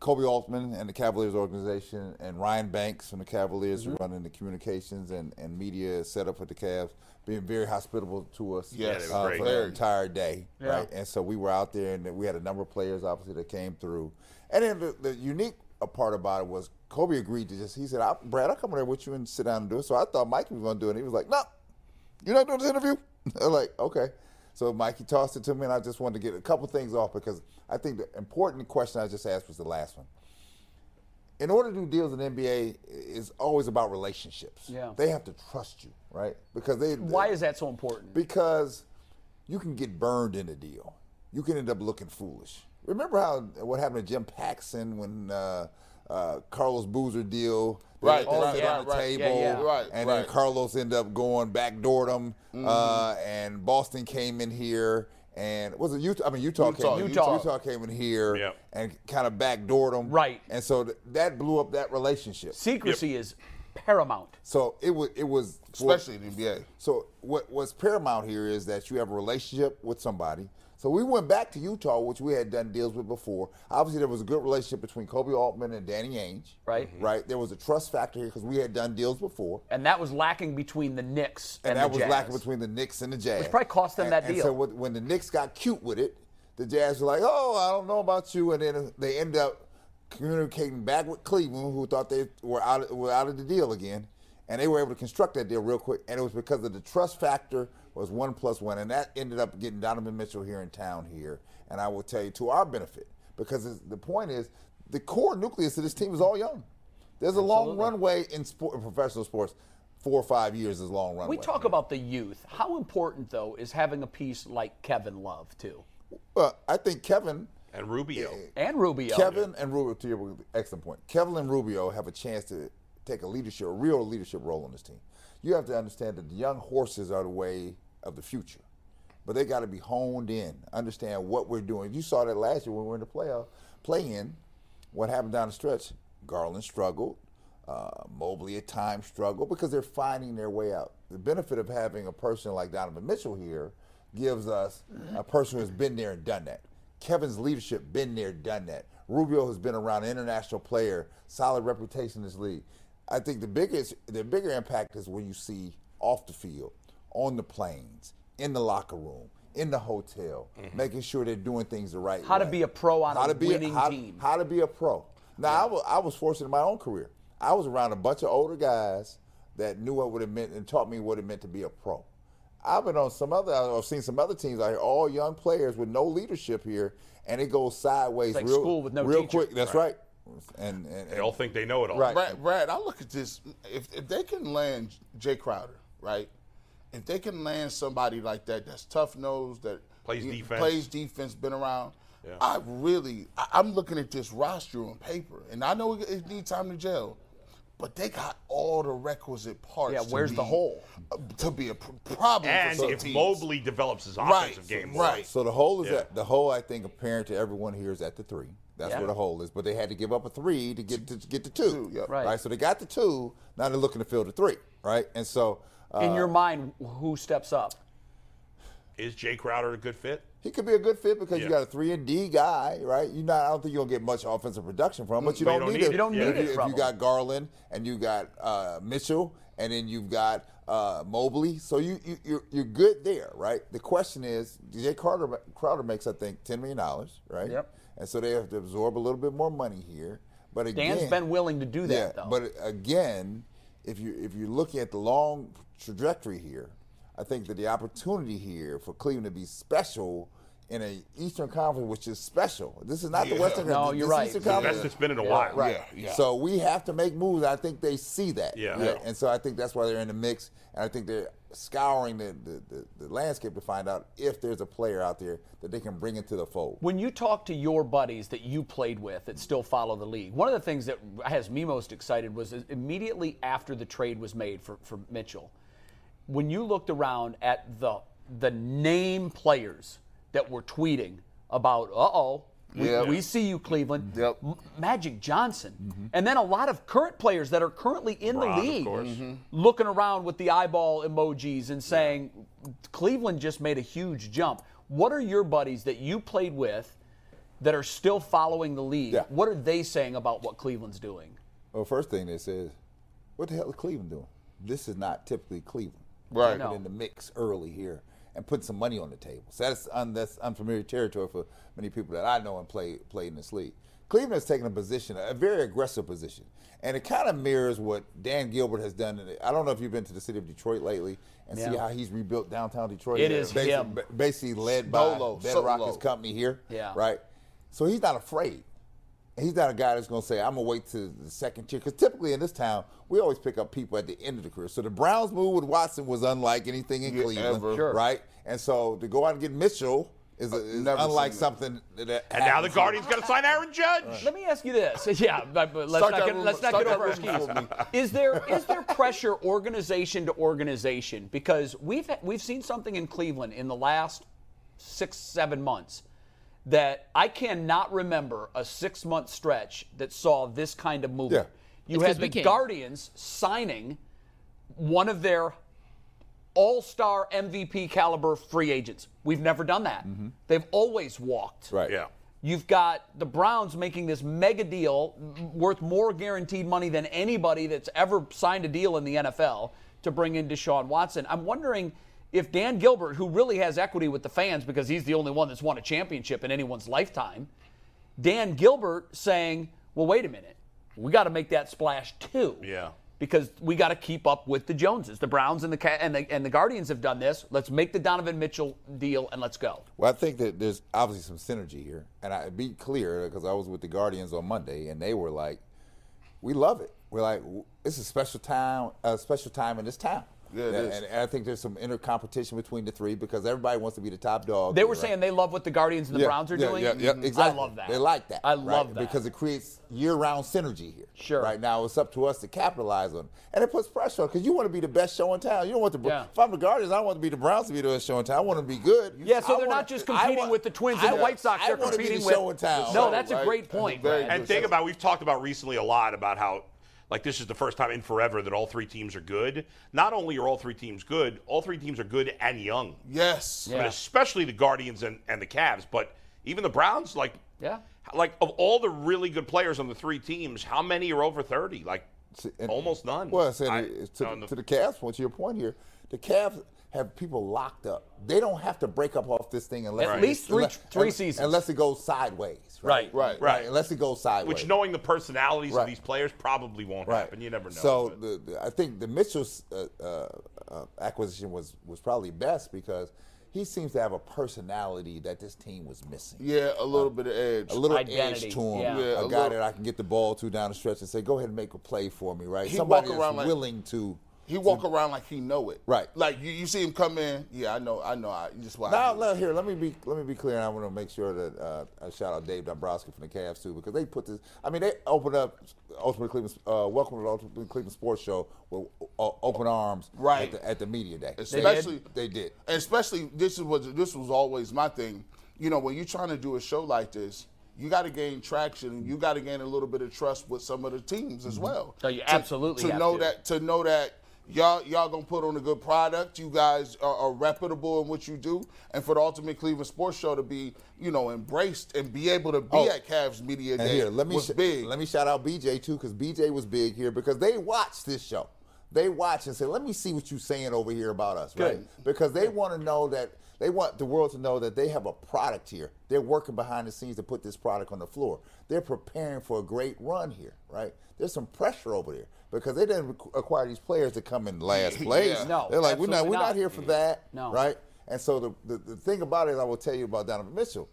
F: Kobe Altman and the Cavaliers organization, and Ryan Banks from the Cavaliers who running the communications and, and media setup for the Cavs, being very hospitable to us.
D: Yes. Yeah, they were
F: uh,
C: great.
F: for the
D: Very.
F: entire day. Right. And so we were out there, and we had a number of players obviously that came through. And then the, the unique uh, part about it was Kobe agreed to just. He said, I, "Brad, I'll come in there with you and sit down and do it." So I thought Mike was going to do it. And he was like, "No." you're not doing this interview? I'm like, okay. So Mikey tossed it to me, and I just wanted to get a couple things off because I think the important question I just asked was the last one. In order to do deals in the NBA, is always about relationships.
B: Yeah.
F: They have to trust you, right? Because they
B: Why is that so important?
F: because you can get burned in a deal. You can end up looking foolish. Remember how what happened to Jim Paxson when uh, uh, Carlos Boozer deal? They-
D: Right,
F: they
D: right,
F: sit
D: yeah,
F: on the
D: right,
B: yeah,
F: table,
B: yeah.
D: Right,
F: and
D: right.
F: then Carlos ended up going backdoor them, uh,
D: Mm-hmm.
F: and Boston came in here. And was it Utah? I mean, Utah,
D: Utah,
F: came.
D: Utah.
F: Utah came in here
C: Yep.
F: and kind of backdoored them.
B: Right.
F: And so th- that blew up that relationship.
B: Secrecy is paramount.
F: So it was. It was for-
D: Especially in the NBA.
F: so what what's paramount here is that you have a relationship with somebody. So we went back to Utah, which we had done deals with before. Obviously, there was a good relationship between Kobe Altman and Danny Ainge.
B: Right. Mhm.
F: Right. There was a trust factor here because we had done deals before,
B: And that was lacking between the Knicks and,
F: and, that
B: the
F: was
B: Jazz.
F: lacking between the Knicks and the Jazz.
B: probably cost them
F: And-
B: that
F: and
B: deal.
F: so when- when the Knicks got cute with it, the Jazz were like, "Oh, I don't know about you," and then they end up communicating back with Cleveland, who thought they were out were out of the deal again, and they were able to construct that deal real quick, and it was because of the trust factor was one plus one, and that ended up getting Donovan Mitchell here in town here, and I will tell you to our benefit because it's, the point is the core nucleus of this team is all young. There's a long runway in, sport, in professional sports. Four or five years is a long runway.
B: We talk about the youth. How important, though, is having a piece like Kevin Love, too?
F: Well, I think Kevin,
C: And Rubio.
B: And Rubio.
F: Kevin and Rubio, to your excellent point, Kevin and Rubio have a chance to take a leadership, a real leadership role on this team. You have to understand that the young horses are the way of the future, but they got to be honed in, understand what we're doing. You saw that last year when we were in the playoff play-in. What happened down the stretch? Garland struggled. Uh, Mobley at times struggled because they're finding their way out. The benefit of having a person like Donovan Mitchell here gives us a person who's been there and done that. Kevin's leadership been there, done that. Rubio has been around an international player, solid reputation in this league. I think the biggest, the bigger impact is when you see off the field, on the planes, in the locker room, in the hotel, making sure they're doing things the right
B: Mm-hmm. How
F: way.
B: to be a pro on a
F: to be
B: winning
F: how-
B: team.
F: How to be a pro. Now I wa- I was fortunate in my own career. I was around a bunch of older guys that knew what would have meant and taught me what it meant to be a pro. I've been on some other. I've seen some other teams out here, all young players with no leadership here, and it goes sideways
B: like
F: real
B: school with no
F: real
B: teacher.
F: quick. That's right. And, and,
C: They all think they know it all.
F: Right.
D: Brad, Brad, I look at this. If, if they can land Jay Crowder, right? If they can land somebody like that, that's tough nosed, that
C: Plays
D: you know,
C: defense.
D: plays defense, been around. I really, I, I'm looking at this roster on paper, and I know it, it needs time to gel, but they got all the requisite parts.
B: Yeah,
D: to
B: where's
D: be-
B: the hole?
D: uh, to be a pr- problem
C: And
D: for some
C: if
D: teams.
C: Mobley develops his
D: right,
C: offensive game more,
D: right?
F: So the hole is
C: Yeah.
F: at the hole. I think apparent to everyone here is at the three. That's
B: Yeah.
F: where the hole is. But they had to give up a three to get to get the two.
D: yeah.
B: Right.
F: So they got the two. Now they're looking to fill the three. Right. And so uh,
B: In your mind, who steps up?
C: Is Jay Crowder a good fit?
F: He could be a good fit because
C: Yeah.
F: you got a three and D guy, right? You not. I don't think you're gonna get much offensive production from, him, but you
C: But
F: don't need it.
C: You don't
F: If
C: need it
F: If
B: from
F: you
B: him.
F: got Garland and you got uh, Mitchell and then you've got uh, Mobley, so you, you you're, you're good there, right? The question is, Jay Carter Crowder makes I think ten million dollars, right?
B: Yep.
F: And so they have to absorb a little bit more money here, but again,
B: Dan's been willing to do that
F: yeah,
B: though.
F: But again, if you if you're looking at the long trajectory here, I think that the opportunity here for Cleveland to be special in a Eastern Conference, which is special. This is not the
D: Yeah.
F: Western
B: No,
F: Conference.
B: you're
F: this
B: right.
F: Eastern
B: The
F: Conference.
C: Best it's been in a while.
F: Right.
D: Yeah, yeah.
F: So we have to make moves. I think they see that.
C: Yeah.
F: And so I think that's why they're in the mix. And I think they're scouring the, the, the, the landscape to find out if there's a player out there that they can bring into the fold.
B: When you talk to your buddies that you played with that still follow the league, one of the things that has me most excited was is immediately after the trade was made for, for Mitchell, when you looked around at the the name players that were tweeting about, uh oh, we,
D: Yep.
B: we see you, Cleveland.
D: Yep.
B: M- Magic Johnson. And then a lot of current players that are currently in
C: Bron,
B: the
C: of
B: league
C: course.
B: looking around with the eyeball emojis and saying Cleveland just made a huge jump. What are your buddies that you played with that are still following the league?
F: Yeah.
B: What are they saying about what Cleveland's doing?
F: Well, first thing they said, what the hell is Cleveland doing? This is not typically Cleveland.
D: Right.
F: Put it in the mix early here and put some money on the table. So that's un, that's unfamiliar territory for many people that I know and play played in this league. Cleveland has taken a position, a very aggressive position, and it kind of mirrors what Dan Gilbert has done. In the, I don't know if you've been to the city of Detroit lately and see
B: Yeah.
F: how he's rebuilt downtown Detroit.
B: It is
F: Basi-
B: him.
F: ba- basically led
D: Solo,
F: by Ben Rockets
D: solo.
F: company here.
B: Yeah.
F: Right. So he's not afraid he's not a guy that's going to say, I'm going to wait to the second year. Because typically in this town, we always pick up people at the end of the career. So the Browns move with Watson was unlike anything in
D: Yeah,
F: Cleveland,
D: ever.
B: Sure.
F: right? And so to go out and get Mitchell is, is
D: never
F: unlike
D: seen that.
F: something that.
C: And now the Guardians got to sign Aaron Judge.
B: Let me ask you this. Yeah, but but let's
D: Start
B: not
D: that
B: get,
D: rumor-
B: let's not
D: start
B: get
D: that
B: over our
D: rumor
B: skis.
D: for me.
B: Is there is there pressure organization to organization because we've we've seen something in Cleveland in the last six seven months that I cannot remember a six month stretch that saw this kind of movement.
F: Yeah.
B: You
H: It's 'cause
B: had
H: we
B: the
H: can.
B: Guardians signing one of their all star MVP caliber free agents. We've never done that.
D: Mm-hmm.
B: They've always walked.
F: Right.
C: Yeah.
B: You've got the Browns making this mega deal m- worth more guaranteed money than anybody that's ever signed a deal in the NFL to bring in Deshaun Watson. I'm wondering if Dan Gilbert, who really has equity with the fans because he's the only one that's won a championship in anyone's lifetime, Dan Gilbert saying, well, wait a minute, we got to make that splash too.
C: Yeah.
B: Because we got to keep up with the Joneses. The Browns and the, Ca- and the and the Guardians have done this. Let's make the Donovan Mitchell deal and let's go.
F: Well, I think that there's obviously some synergy here. And I be clear, because I was with the Guardians on Monday, and they were like, we love it. We're like, w- it's a special time, a special time in this town.
D: Yeah, it
F: and,
D: is.
F: and I think there's some inner competition between the three because everybody wants to be the top dog.
B: They
F: here,
B: were
F: Oh, right?
B: saying they love what the Guardians and the
F: Yeah,
B: Browns are
F: yeah,
B: doing. Mm-hmm. Mm,
F: Yeah, yeah, exactly.
B: I love that.
F: They like that.
B: I
F: right?
B: love that.
F: because it creates year-round synergy here.
B: Sure.
F: Right now, it's up to us to capitalize on, it. and it puts pressure on because you want to be the best show in town. You don't want the Br-
B: Yeah.
F: if I'm the Guardians, I don't want to be the Browns to be the best show in town. I want them to be good.
B: Yeah, so
F: I
B: they're
F: wanna-
B: not just
F: I
B: competing
F: want-
B: with the Twins and
F: I
B: the
F: want-
B: White Sox.
F: I
B: They're
F: wanna be the
B: competing
F: show in
B: with-
F: town.
B: No,
F: So,
B: that's a
F: right?
B: great point,
D: Very
B: Brad.
C: And think about we've talked about recently a lot about how like this is the first time in forever that all three teams are good. Not only are all three teams good, all three teams are good and young.
D: Yes.
C: I mean, especially the Guardians and, and the Cavs, but even the Browns, like
B: Yeah.
C: like of all the really good players on the three teams, how many are over thirty? Like
F: and-
C: almost none.
F: Well, I said
C: I-
F: it- to,
C: on
F: the,
C: the-
F: to the Cavs point, to your point here, the Cavs have people locked up. They don't have to break up off this thing unless
B: At
C: Right.
B: least three-
F: unless-
B: three
F: unless-
B: seasons.
F: Unless it goes sideways.
B: Right.
F: Right.
C: Right.
F: Unless it goes sideways.
C: which knowing the personalities
F: Right.
C: of these players probably won't
F: Right.
C: happen. You never know.
F: So
C: but-
F: the, the, I think the Mitchell's uh, uh, uh, acquisition was was probably best because he seems to have a personality that this team was missing.
D: Yeah, a little bit of edge.
F: A little
B: Identity,
F: edge to him,
B: yeah.
D: Yeah,
F: a
D: a
F: guy
D: little-
F: that I can get the ball to down the stretch and say, "Go ahead and make a play for me," right?
D: He
F: Somebody
D: walk
F: that's
D: around like-
F: willing to.
D: He walk around like he know it.
F: Right.
D: Like you, you see him come in. Yeah, I know. I know. I just why. I
F: Now,
D: do
F: let, here, let me be let me be clear, and I want to make sure that uh, I shout out Dave Dombrowski from the Cavs too, because they put this. I mean, they opened up Ultimate Cleveland, uh, welcome to the Ultimate Cleveland Sports Show with uh, open arms,
D: Right.
F: at the, at the media day. They-
D: Especially-
F: they did.
D: And especially this is what this was always my thing. You know, when you're trying to do a show like this, you got to gain traction. You
F: Mm-hmm.
D: got to gain a little bit of trust with some of the teams as well.
B: No, you
D: To-
B: absolutely
D: to
B: have
D: know
B: to.
D: that to know that Y'all, y'all gonna put on a good product. You guys are, are reputable in what you do, and for the Ultimate Cleveland Sports Show to be, you know, embraced and be able to be
F: Oh.
D: at Cavs Media
F: And
D: Day
F: here, let me
D: was
F: sh-
D: big.
F: let me shout out BJ too, because BJ was big here because they watch this show. They watch and say, "Let me see what you're saying over here about us," right? Because they want to know that they want the world to know that they have a product here. They're working behind the scenes to put this product on the floor. They're preparing for a great run here, right? There's some pressure over there because they didn't ac- acquire these players to come in last place.
B: No,
F: they're like, "We're not,
B: absolutely
F: we're
B: not.
F: not here for that,"
B: No.
F: right? And so the, the, the thing about it, I will tell you about Donovan Mitchell.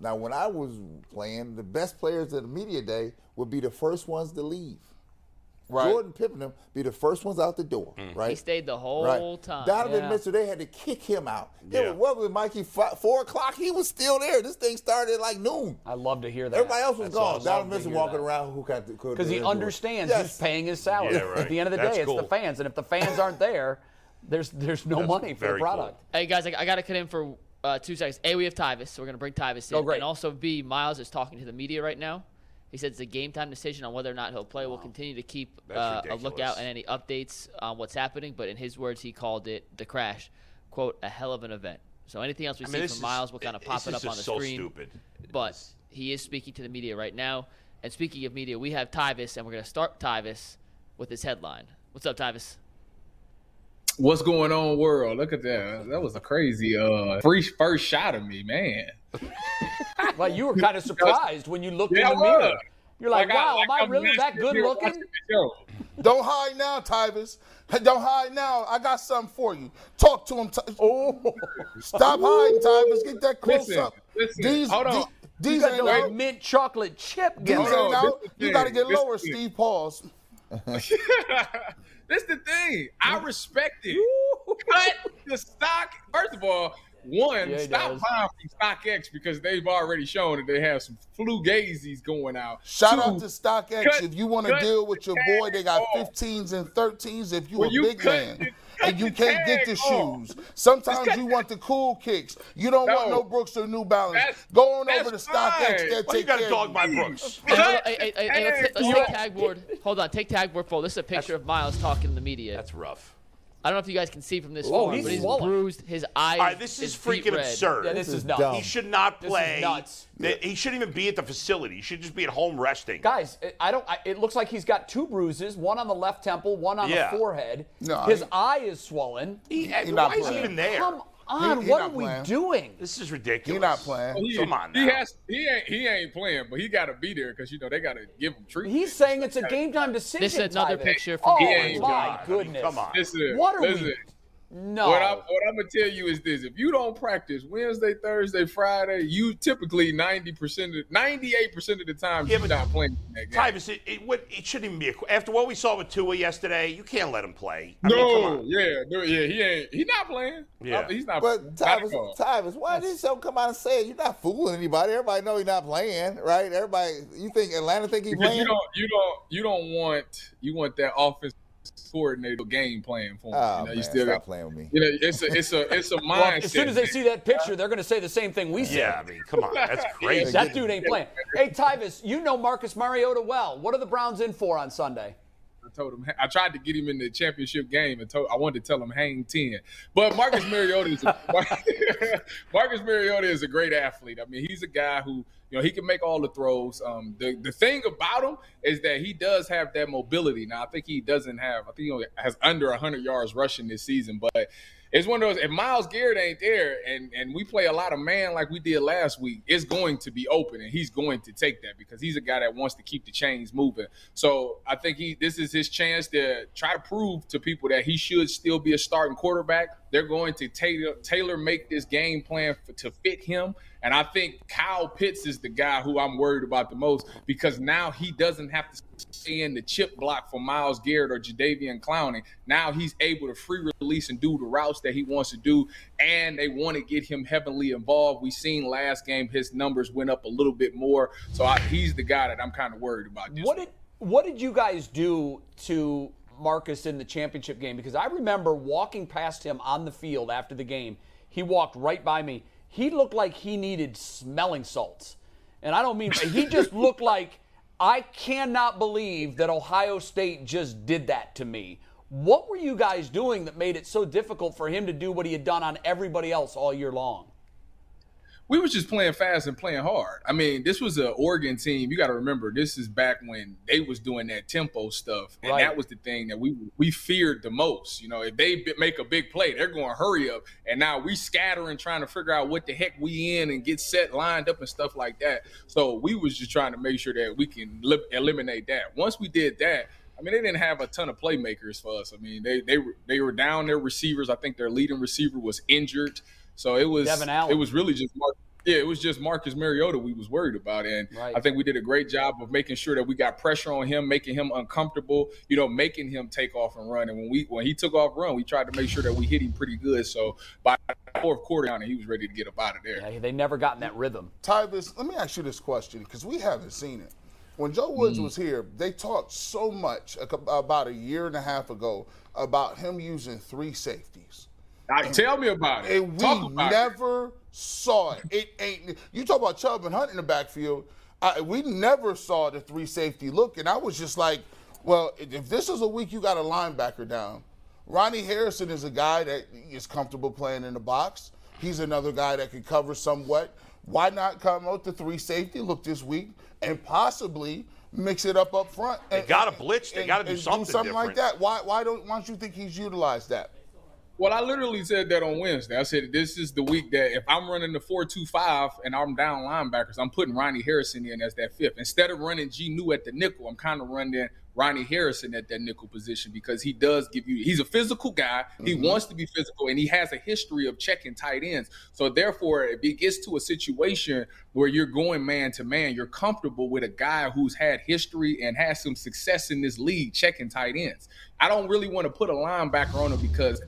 F: Now, when I was playing, the best players at the media day would be the first ones to leave.
D: Right.
F: Jordan Pippen them be the first ones out the door,
D: Mm.
F: right?
A: He stayed the whole
F: right.
A: time.
F: Donovan
B: Yeah.
F: Mitchell, they had to kick him out. It
C: Yeah.
F: was, what was it, Mikey? Five, four o'clock? He was still there. This thing started at like noon.
B: I love to hear that.
F: Everybody else was
B: That's
F: gone.
B: awesome.
F: Donovan
B: Love to
F: Mitchell
B: hear
F: walking
B: that.
F: around who got could
B: because he understands
F: Yes.
B: he's paying his salary.
C: Yeah, right.
B: At the end of the
C: That's
B: day, it's
C: cool.
B: the fans, and if the fans aren't there, there's there's no money for the
C: very cool.
B: product.
A: Hey guys, I, I got to cut in for uh, two seconds. A, we have Tyvis, so we're gonna bring Tyvis in.
B: Oh, great.
A: And also B, Miles is talking to the media right now. He said it's a game time decision on whether or not he'll play. We'll continue to keep
C: That's
A: uh, a
C: ridiculous.
A: lookout and any updates on what's happening. But in his words, he called it the crash, quote, a hell of an event. So anything else we see
C: this
A: from
C: is-
A: Miles will kind of
C: this
A: pop it
C: is
A: up on
C: just
A: the
C: so
A: screen.
C: stupid.
A: But he is speaking to the media right now. And speaking of media, we have Tyvis, and we're gonna start Tyvis with his headline. What's up, Tyvis?
J: What's going on, world? Look at that. That was a crazy uh free first shot of me, man.
B: Like you were kind of surprised when you looked
J: Yeah,
B: in the
J: I was.
B: mirror. You're like, wow, am I
J: I'm
B: really that
J: mastered
B: good
J: here
B: looking?
J: watching the show.
D: Don't hide now, Tyvis. Hey, Don't hide now. I got something for you. Talk to him. Ty- oh, stop hiding, Tyvis. Get that close
J: Listen,
D: up.
J: listen,
D: These,
J: hold on.
D: the-
B: You
D: these
B: got the
D: ain't
B: like,
D: out.
B: mint chocolate chip.
D: These
B: Gift.
J: Hold on,
D: ain't out.
J: this is the
D: You got to
J: thing,
D: get
J: this
D: lower,
J: is it.
D: Steve. Pause.
J: That's the thing. I respect it. Cut the stock. First of all, one,
B: Yeah, he
J: stop
B: does.
J: buying from StockX because they've already shown that they have some flugazis going out.
D: Shout
J: Two,
D: out to StockX.
J: cut-
D: if you want to
J: cut
D: deal with your
J: the
D: boy, they got
J: tag off.
D: 15s and 13s if you
J: Well,
D: a
J: you
D: big
J: cut
D: man.
J: the- cut
D: and you
J: the
D: can't get
J: tag
D: the
J: off.
D: shoes. Sometimes
J: cut
D: you
J: the-
D: want the cool kicks. You don't want
J: No.
D: no Brooks or New Balance.
J: That's-
D: Go on over to
J: that's
D: StockX.
J: fine.
D: They'll
C: Why you
D: take
C: got
D: care
C: to
D: of
C: dog
D: you.
C: my Brooks?
A: Hey, hey, hey, hey, hey, let's, let's
J: Cut
A: take tag board. Hold on, take tag board photo. This is a picture of Miles talking to the media.
C: That's rough.
A: I don't know if you guys can see from this photo,
B: he's
A: but he's
B: swollen.
A: bruised. His eyes.
C: All right, this is
A: deep
C: freaking
A: red.
C: absurd.
B: Yeah, this, is,
F: is
B: nuts.
F: dumb.
C: he should not
B: This is
C: play.
B: nuts.
C: Th- He shouldn't even be at the facility. He should just be at home resting.
B: Guys, I- I don't. I, it looks like he's got two bruises: one on the left temple, one on
C: Yeah.
B: the forehead.
D: No,
B: his
D: he-
B: eye is swollen.
C: He- why is
D: not
C: he
D: playing.
C: even there?
B: Come on,
D: He- he
B: what are
D: not
B: we
D: playing.
B: doing?
C: This is ridiculous.
D: He not playing.
J: He,
C: Come on
J: he
C: now.
J: has he ain't he ain't playing, but he got to be there because you know they got to give him treatment.
B: He's saying it's a game time decision.
A: This is another
B: Tyvus.
A: picture from
B: Oh
J: Game
B: my
J: Time. I mean,
B: goodness!
C: come on.
J: Listen,
B: What are we-
J: listen.
B: No.
J: What I'm, what I'm gonna tell you is this: if you don't practice Wednesday, Thursday, Friday, you typically ninety percent, ninety-eight percent of the time,
C: Yeah,
J: you're
C: but-
J: not playing in that game.
C: Tyvus, it, it, would, it shouldn't even be a. qu- After what we saw with Tua yesterday, you can't let him play. I mean, come
J: no,
C: on.
J: yeah, no, yeah, he ain't. He not playing. I
C: Yeah.
J: mean, he's not.
F: But
J: not at
F: Tyvis,
J: all.
F: Tyvis, why did show come out and say it? You're not fooling anybody. Everybody know you're not playing, right? Everybody, you think Atlanta think he
J: because you
F: playing?
J: don't, you don't, you don't want, you want that offense coordinator game plan for him.
F: Oh,
J: you know, you
F: man,
J: still
F: stop
J: got,
F: playing with me.
J: you know, it's a, it's a, it's a mindset.
B: Well, as soon as they
J: thing.
B: see that picture, they're going to say the same thing we said.
C: Yeah, I mean, come on. That's crazy.
B: That dude ain't playing. Hey, Tyvis, you know Marcus Mariota well. What are the Browns in for on Sunday?
J: I told him I tried to get him in the championship game and told I wanted to tell him hang ten. But Marcus Mariota is a, Marcus Mariota is a great athlete. I mean, he's a guy who you know he can make all the throws. Um, the the thing about him is that he does have that mobility. Now I think he doesn't have. I think he only has under hundred yards rushing this season, but. It's one of those. If Miles Garrett ain't there, and and we play a lot of man like we did last week, it's going to be open, and he's going to take that because he's a guy that wants to keep the chains moving. So I think he this is his chance to try to prove to people that he should still be a starting quarterback. They're going to tailor tailor make this game plan for, to fit him, and I think Kyle Pitts is the guy who I'm worried about the most because now he doesn't have to stay in the chip block for Miles Garrett or Jadavian Clowney. Now he's able to free release and do the routes that he wants to do, and they want to get him heavily involved. We seen last game his numbers went up a little bit more, so I, he's the guy that I'm kind of worried about. This
B: What did what did you guys do to Marcus in the championship game? Because I remember walking past him on the field after the game. He walked right by me. He looked like he needed smelling salts. And I don't mean he just looked like I cannot believe that Ohio State just did that to me.
K: What were you guys doing that made it so difficult for him to do what he had done on everybody else all year long?
J: we was just playing fast and playing hard. I mean, this was an Oregon team. You got to remember, this is back when they was doing that tempo stuff, and
L: Right.
J: that was the thing that we we feared the most. You know, if they b- make a big play, they're going to hurry up, and now we scattering trying to figure out what the heck we in and get set lined up and stuff like that. So we was just trying to make sure that we can li- eliminate that. Once we did that. I mean, they didn't have a ton of playmakers for us. I mean, they they were they were down their receivers. I think their leading receiver was injured, so it was
K: Devin Allen.
J: it was really just Mark, yeah, it was just Marcus Mariota we was worried about, and
K: Right.
J: I think we did a great job of making sure that we got pressure on him, making him uncomfortable, you know, making him take off and run. And when we when he took off run, we tried to make sure that we hit him pretty good. So by the fourth quarter, down, he was ready to get up out of there.
K: Yeah, they never got in that rhythm.
D: Tyvis, let me ask you this question because we haven't seen it. When Joe Woods was here, they talked so much a cou- about a year and a half ago about him using three safeties.
J: Now, tell me about it.
D: And we
J: Talk about it.
D: never saw it. It ain't. You talk about Chubb and Hunt in the backfield. I, we never saw the three safety look, and I was just like, well, if if this is a week you got a linebacker down, Ronnie Harrison is a guy that is comfortable playing in the box. He's another guy that can cover somewhat. Why not come out the three safety look this week and possibly mix it up up front?
C: They
D: and-
C: gotta blitz. They
D: and-
C: gotta do
D: and
C: something different.
D: like that. Why? Why don't? Why don't you think he's utilized that?
J: Well, I literally said that on Wednesday. I said this is the week that if I'm running the four-two-five and I'm down linebackers, I'm putting Ronnie Harrison in as that fifth. Instead of running G New at the nickel, I'm kind of running Ronnie Harrison at that nickel position because he does give you. He's a physical guy. He
L: Mhm.
J: wants to be physical, and he has a history of checking tight ends. So therefore, if it gets to a situation where you're going man to man, you're comfortable with a guy who's had history and has some success in this league checking tight ends. I don't really want to put a linebacker on him because.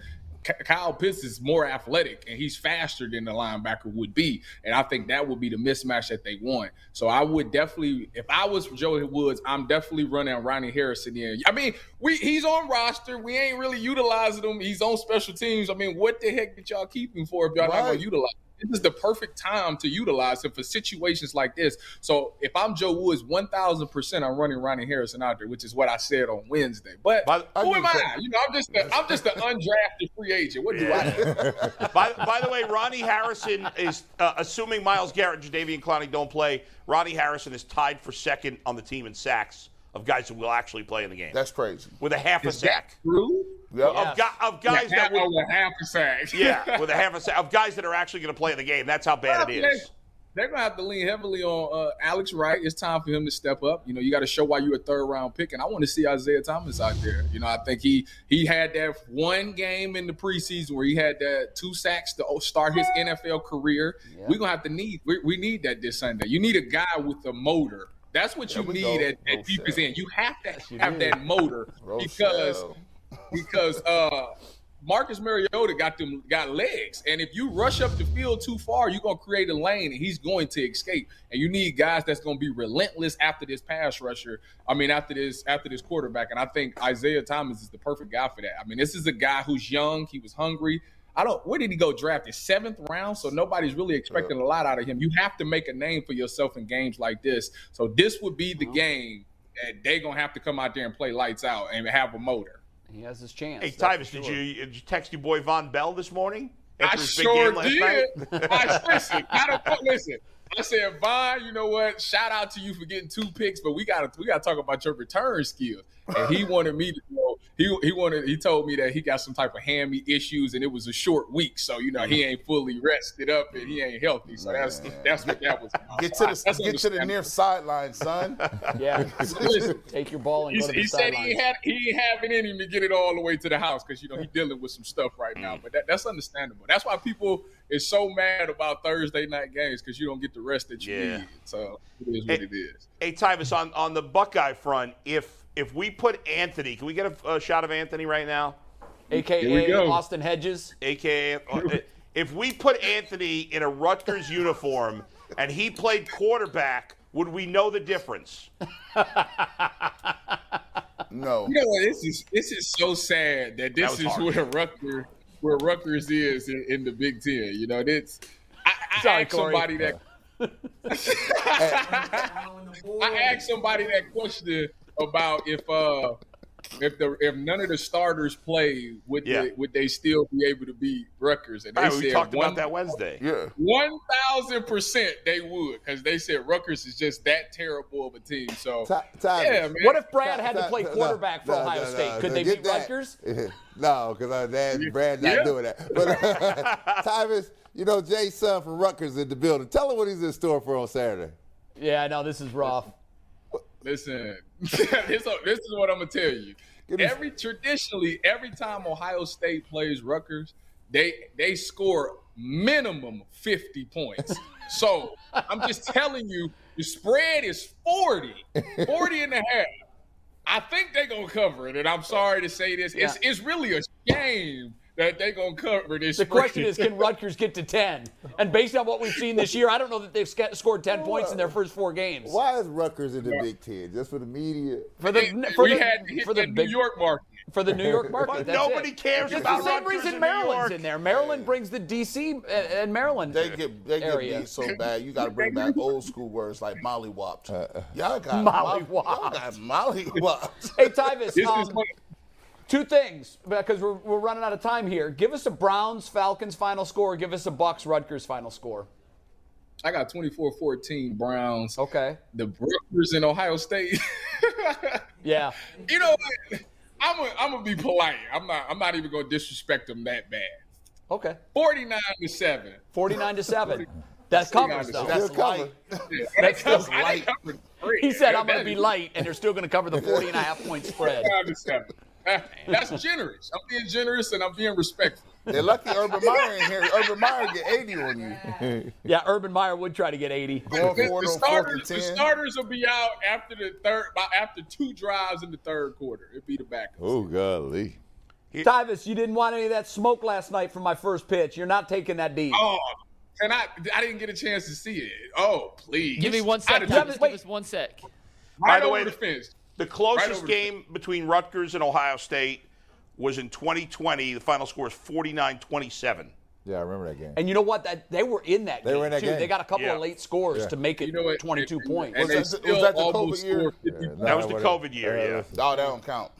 J: K- Kyle Pitts is more athletic and he's faster than the linebacker would be. And I think that would be the mismatch that they want. So I would definitely, if I was Joe Woods, I'm definitely running Ronnie Harrison in. I mean, we he's on roster. We ain't really utilizing him. He's on special teams. I mean, what the heck did y'all keep him for if y'all all not
L: Right.
J: going to utilize him? This is the perfect time to utilize him for situations like this. So if I'm Joe Woods, 1,000% I'm running Ronnie Harrison out there, which is what I said on Wednesday. But who am I? You know, I'm just a, I'm just an undrafted free agent. What do I know?
C: by, by the way, Ronnie Harrison is uh, assuming Miles Garrett, Jadavian Clowney don't play. Ronnie Harrison is tied for second on the team in sacks of guys who will actually play in the game.
D: That's crazy.
C: With a half a
J: Is that
C: sack.
J: True.
C: Of, gu- of guys that
J: were
C: would-
J: with half a sack.
C: yeah, with a half a sack of guys that are actually going to play in the game. That's how bad it is.
J: They're gonna have to lean heavily on uh, Alex Wright. It's time for him to step up. You know, you got to show why you're a third round pick, and I want to see Isaiah Thomas out there. You know, I think he he had that one game in the preseason where he had that two sacks to oh, start his NFL career. We're gonna have to need we, we need that this Sunday. You need a guy with a motor. That's what you
L: we
J: need
L: go.
J: at, at deepest end. You have to
L: you
J: have
L: do.
J: that motor because because uh Marcus Mariota got them got legs, and if you rush up the field too far, you're gonna create a lane, and he's going to escape. And you need guys that's gonna be relentless after this pass rusher. I mean, after this after this quarterback, and I think Isaiah Thomas is the perfect guy for that. I mean, this is a guy who's young, he was hungry. I don't. Where did he go drafted? Seventh round. So nobody's really expecting a lot out of him. You have to make a name for yourself in games like this. So this would be the game that they're gonna have to come out there and play lights out and have a motor.
K: He has his chance.
C: Hey, Tyvis, did you, did you text your boy Von Bell this morning?
J: I
C: after his big
J: sure
C: game last
J: did.
C: night?
J: I, listen, I don't fuck- listen. I said, Vaughn, you know what? Shout out to you for getting two picks, but we gotta we gotta talk about your return skills. And he wanted me to know he he wanted he told me that he got some type of hammy issues and it was a short week, so you know he ain't fully rested up and he ain't healthy. So that's that's what that was. about.
D: Get to the
J: That's
D: get to the near sideline, son.
K: yeah. Take your ball and
J: He,
K: go to the
J: he said he ain't
K: sideline.
J: had he ain't having any to get it all the way to the house because you know he's dealing with some stuff right now. But that, that's understandable. That's why people is so mad about Thursday night games because you don't get the rest that you
C: Yeah.
J: need. So it is what it is.
C: Hey, Tyvis, on, on the Buckeye front, if if we put Anthony, can we get a, a shot of Anthony right now?
K: Here we go. Austin Hedges.
C: AKA, uh, if we put Anthony in a Rutgers uniform and he played quarterback, would we know the difference?
D: No.
J: You know what? This is this is so sad that this
C: was
J: is
C: hard.
J: where Rutgers where Rutgers is in, in the Big Ten. You know, that's I, I
L: Sorry,
J: asked
L: Corey.
J: somebody that I asked somebody that question about if uh if the if none of the starters play, would
C: Yeah.
J: they, would they still be able to beat Rutgers? And they
C: All right,
J: said
C: we talked
J: one,
C: about that Wednesday.
D: Yeah.
J: One thousand percent, they would because they said Rutgers is just that terrible of a team. So
F: Ti- Tigers.
J: yeah, man.
B: What if Brad had to play quarterback for
F: no,
B: Ohio
F: no, no,
B: State? Could
F: no,
B: they
F: get
B: beat
F: that.
B: Rutgers?
F: no, because that Brad not
J: Yeah.
F: doing that. But Tyvis, you know Jay Son from Rutgers in the building. Tell him what he's in store for on Saturday.
B: Yeah, no, this is rough.
J: Listen, this, this is what I'm gonna tell you. Every traditionally, every time Ohio State plays Rutgers, they they score minimum 50 points. so I'm just telling you, the spread is 40, 40 and a half. I think they're gonna cover it, and I'm sorry to say this. It's it's really a shame that they're gonna cover this.
B: The question
J: spread.
B: is, can Rutgers get to 10? And based on what we've seen this year, I don't know that they've sca- scored 10 points in their first four games.
F: Why is Rutgers in the Big Ten? Just for the media?
B: For the, for
J: we
B: the,
J: had to hit
B: for
J: the
B: the
J: New
B: big,
J: York market.
B: for the New York market. that's
C: Nobody
B: it.
C: cares
B: It's the
C: about
B: same
C: Rutgers
B: reason
C: in New
B: Maryland's
C: York.
B: in there. Maryland brings the D.C. and, and Maryland.
D: They get they get
B: Area.
D: beat so bad. You got to bring back old school words like mollywopped. Y'all got
B: Mollywopped.
D: Y'all got mollywopped.
B: Hey, Tyvis,
J: This
B: um,
J: is what-
B: two things because we're, we're running out of time here. Give us a Browns Falcons final score. Give us a Bucks Rutgers final score.
J: I got 24-14 Browns.
B: Okay.
J: The Brokers in Ohio State.
B: Yeah.
J: you know what? I'm gonna I'm gonna be polite. I'm not I'm not even gonna disrespect them that bad.
B: Okay.
J: 49 to 7.
B: 49 to 7. That
J: 49
B: covers,
J: to
B: though.
F: Still covered.
B: That's still
J: I
B: light.
J: didn't cover three.
B: He said, I'm
J: That
B: going to be
J: is
B: light, and they're still going to cover the 40 and a half point spread.
J: 49 to 7. That's generous. I'm being generous and I'm being respectful.
D: They're lucky Urban Meyer in here. Urban Meyer get 80 on you.
B: Yeah, Urban Meyer would try to get 80.
D: Going
J: The,
D: for it
J: the
D: on fourth and
J: starters, the
D: 10.
J: starters will be out after the third by after two drives in the third quarter. It'd be the backup.
F: Oh golly.
B: Tyvis, you didn't want any of that smoke last night from my first pitch. You're not taking that deep.
J: Oh, and I I didn't get a chance to see it. Oh, please.
A: Give me one sec.
J: I'd have
A: Travis,
J: took-
B: wait.
A: give us one sec.
J: Right
C: By the
J: over
C: way,
J: the fence.
C: The
J: Right
C: closest
J: over the-
C: game between Rutgers and Ohio State was in 2020. The final score is 49 27.
F: Yeah, I remember that game.
B: And you know what? That They were in that
F: They
B: game,
F: were in that
B: too.
F: game.
B: They got a couple
C: Yeah.
B: of late scores to make it
J: You know what?
B: 22
J: And-
B: points.
J: And they
D: Was that the-
J: still
D: was that the
J: almost
D: COVID year?
J: scored 50
F: Yeah,
J: points.
F: no,
C: That was the
F: whatever.
C: COVID year, yeah.
D: Oh, that don't count.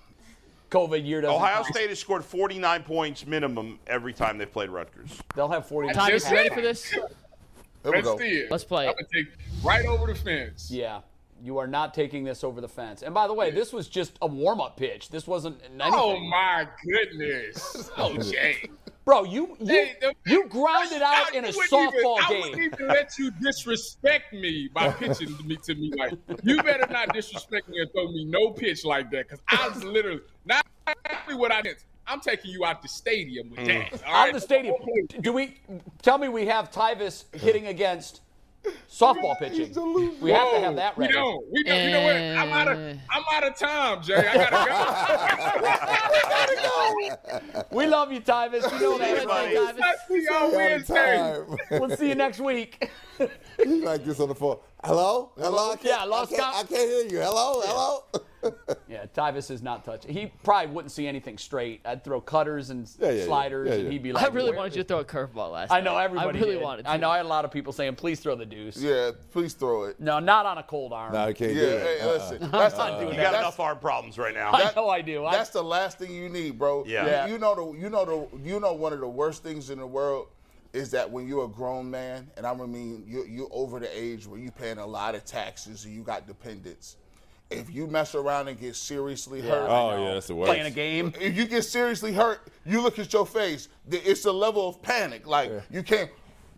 B: COVID year doesn't
C: Ohio
B: count.
C: State has scored 49 points minimum every time they've played Rutgers.
B: They'll have 40.
J: Time
A: Tyvis,
J: Just
A: you ready
J: say-
A: for this?
D: Here we
J: Let's
D: go.
J: see it.
A: Let's play
J: I'm
A: it.
J: gonna take right over the fence.
B: Yeah. You are not taking this over the fence. And by the way, this was just a warm up pitch. This wasn't anything.
J: Oh my goodness. Oh Jay.
B: Bro, you you,
J: Hey, the-
B: you grounded
J: I-
B: out in a
J: I wouldn't even-
B: softball
J: I
B: game.
J: wouldn't even let you disrespect me by pitching me to me like you better not disrespect me and throw me no pitch like that because I was literally not only what I did. I'm taking you out the stadium with that. All
B: out
J: right?
B: of the stadium. Do we tell me we have Tyvis hitting against softball pitching? We have to have that
J: We
B: ready.
J: don't. We don't. You know what? I'm out of.
A: Eh.
J: I'm out of time, Jay. I gotta
B: We love you, Tyvis. You know
A: Good
B: that.
C: buddy.
J: go.
A: night, Tyvis.
J: Let's see y'all
F: Out of
J: Wednesday.
F: time.
B: We'll see you next week.
F: He's like this on the phone. Hello? Hello? I can't-
B: Yeah, I lost
F: I can't,
B: count.
F: I can't hear you. Hello? Hello?
B: Yeah, Tyvis is not touching. He probably wouldn't see anything straight. I'd throw cutters and
F: Yeah, yeah, yeah.
B: sliders,
F: Yeah, yeah.
B: and he'd be like,
A: I really
B: "Where
A: wanted you to throw a curveball last
B: I know
A: night.
B: everybody.
A: I really
B: did.
A: wanted to.
B: I know I had a lot of people saying, "Please throw the deuce."
D: Yeah, please throw it.
B: No, not on a cold arm.
F: no, I can't
D: Yeah,
F: do it.
D: hey,
F: Uh-uh.
D: listen. That's not
B: doing
C: You got enough arm problems right now.
B: I know I do. I,
D: That's the last thing you need, bro.
C: Yeah. Yeah.
D: You- You know the you know the you know one of the worst things in the world is that when you're a grown man, and I mean you you're over the age where you're paying a lot of taxes and you got dependents. If you mess around and get seriously hurt,
F: Oh, yeah, that's the worst.
B: playing a game.
D: if you get seriously hurt, you look at your face. th- It's a level of panic. Like you can't.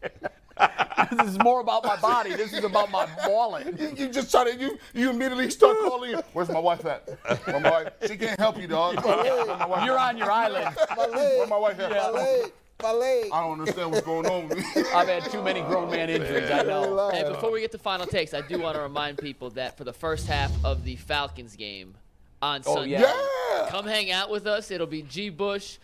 B: this is more about my body. This is about my wallet.
D: You, you just try to you you immediately start calling. Where's my wife at? My wife. She can't help you, dog. Where my wife
B: You're
D: at?
B: on your island.
F: My leg.
D: Where my wife at?
F: My leg. My leg.
D: I don't understand what's going on with me.
B: I've had too many grown man injuries. I know.
A: And before we get to final takes, I do want to remind people that for the first half of the Falcons game on
B: Oh,
A: Sunday,
B: yeah.
A: come hang out with us. It'll be G. Bush,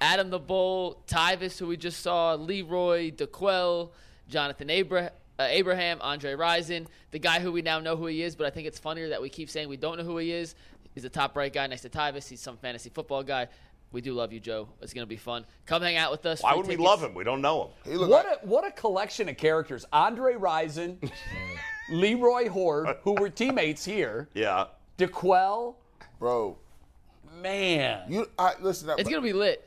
A: Adam the Bull, Tyvis, who we just saw, Leroy, DeQuell, Jonathan Abra- uh, Abraham, Andre Rison, the guy who we now know who he is, but I think it's funnier that we keep saying we don't know who he is. He's a top right guy next to Tyvis. He's some fantasy football guy. We do love you, Joe. It's going to be fun. Come hang out with us.
C: Why
A: Free
C: would we
A: tickets.
C: love him? We don't know him.
B: What a, what a collection of characters. Andre Rison, Leroy Horde, who were teammates here,
C: Yeah.
B: DeQuell.
D: Bro.
B: Man.
D: You, I, listen.
A: It's going to be lit.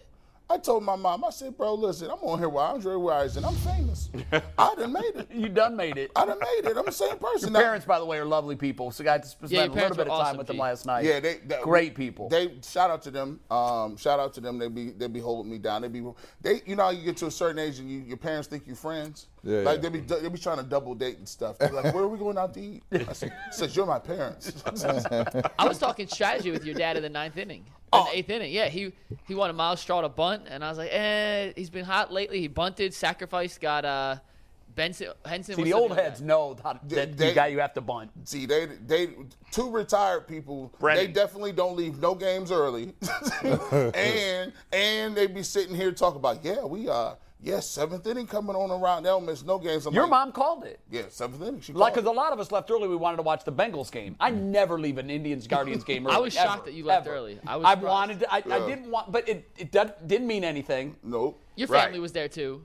D: I told my mom, I said, bro, listen, I'm on here with Andre Rison. I'm famous. I done made it.
B: You done made it.
D: I done made it. I'm the same person.
B: Your
D: Now-
B: parents, by the way, are lovely people. So I got to spend
A: Yeah, your
B: a little
A: parents
B: bit of
A: were
B: time
A: awesome,
B: with them
A: G.
B: last night.
D: Yeah, they, that-
B: great people.
D: They shout out to them. Um, shout out to them. They be they be holding me down. They be they you know how you get to a certain age and you, your parents think you're friends.
F: Yeah,
D: like
F: yeah.
D: they be they be trying to double date and stuff. They're like, where are we going out to eat? I said, says you're my parents.
A: I was talking strategy with your dad in the ninth inning, in
B: Oh.
A: the eighth inning. Yeah, he he wanted Miles Straw to bunt, and I was like, eh, he's been hot lately. He bunted, sacrificed, got uh, Benson Henson.
B: See,
A: what's
B: the old
A: other guy?
B: heads know that,
D: They-
B: that
D: they-
B: the guy you have to bunt.
D: See, they they two retired people. They
C: Brennan.
D: definitely don't leave no games early, and and they be sitting here talking about yeah we uh yeah seventh inning coming on around. They don't miss no games. I'm
B: Your
D: like,
B: mom called it.
D: Yeah, seventh inning. She
B: Like,
D: called.
B: because a lot of us left early, we wanted to watch the Bengals game. I never leave an Indians Guardians game early.
A: I was shocked
B: ever,
A: that you left
B: ever.
A: early. I was
B: I
A: surprised.
B: wanted to, I, I didn't want, but it, it did, didn't mean anything.
D: nope.
A: Your
C: Right.
A: family was there too.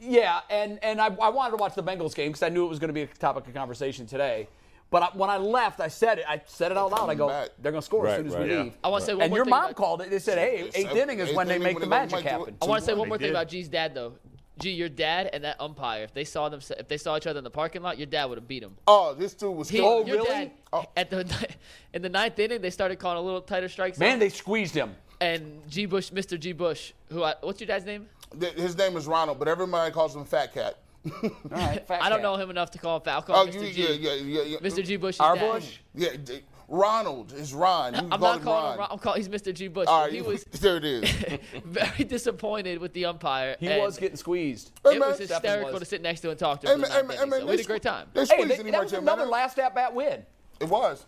B: Yeah, and, and I, I wanted to watch the Bengals game because I knew it was going to be a topic of conversation today. But I, when I left, I said it. I said it out loud. I go,
D: Coming back.
B: they're going to score as
F: Right,
B: soon as
F: right.
B: we
C: Yeah.
B: leave.
A: I want to say one
B: and
A: more
B: your
A: thing
B: mom
A: about-
B: called it. They said, hey, eighth
D: Seventh-
B: inning is
D: eighth
B: when they
D: inning
B: make
D: when
B: the
D: they make
B: magic
D: the-
B: happen.
A: I want to say one more
C: did.
A: thing about G's dad though. G, your dad and that umpire, if they saw them, if they saw each other in the parking lot, your dad would have beat him.
D: Oh, this dude was.
A: He,
D: throwing-
A: your dad,
D: Oh.
A: at the in the ninth inning, they started calling a little tighter strikes.
B: Man, they squeezed him.
A: and G Bush, Mr. G Bush, who I, what's your dad's name?
D: Th- His name is Ronald, but everybody calls him Fat Cat.
B: All right, fat
A: I don't
B: cat.
A: know him enough to call him Falco.
D: Oh,
A: Mr.
D: you,
A: G.
D: yeah, yeah, yeah, yeah.
A: Mr. G Bush.
B: Our Bush?
D: Yeah, d- Ronald is Ron. You can
A: I'm
D: call
A: not
D: him
A: calling
D: Ron.
A: him. Ron. I'm calling. He's Mr. G Bush.
D: All right,
A: he was
D: there it is.
A: very disappointed with the umpire.
B: He
A: and
B: was getting squeezed.
D: Hey,
A: It
D: man.
A: was hysterical
B: was.
A: to sit next to and talk to
D: Hey,
A: him.
D: man,
A: for
D: hey,
A: nine
D: man,
A: minutes,
D: hey, man,
A: so we had a
D: squ-
A: great time.
D: They
B: Hey,
D: squeezed
B: they,
D: him
B: that was
D: right there,
B: another
D: man.
B: last at bat win.
D: It was.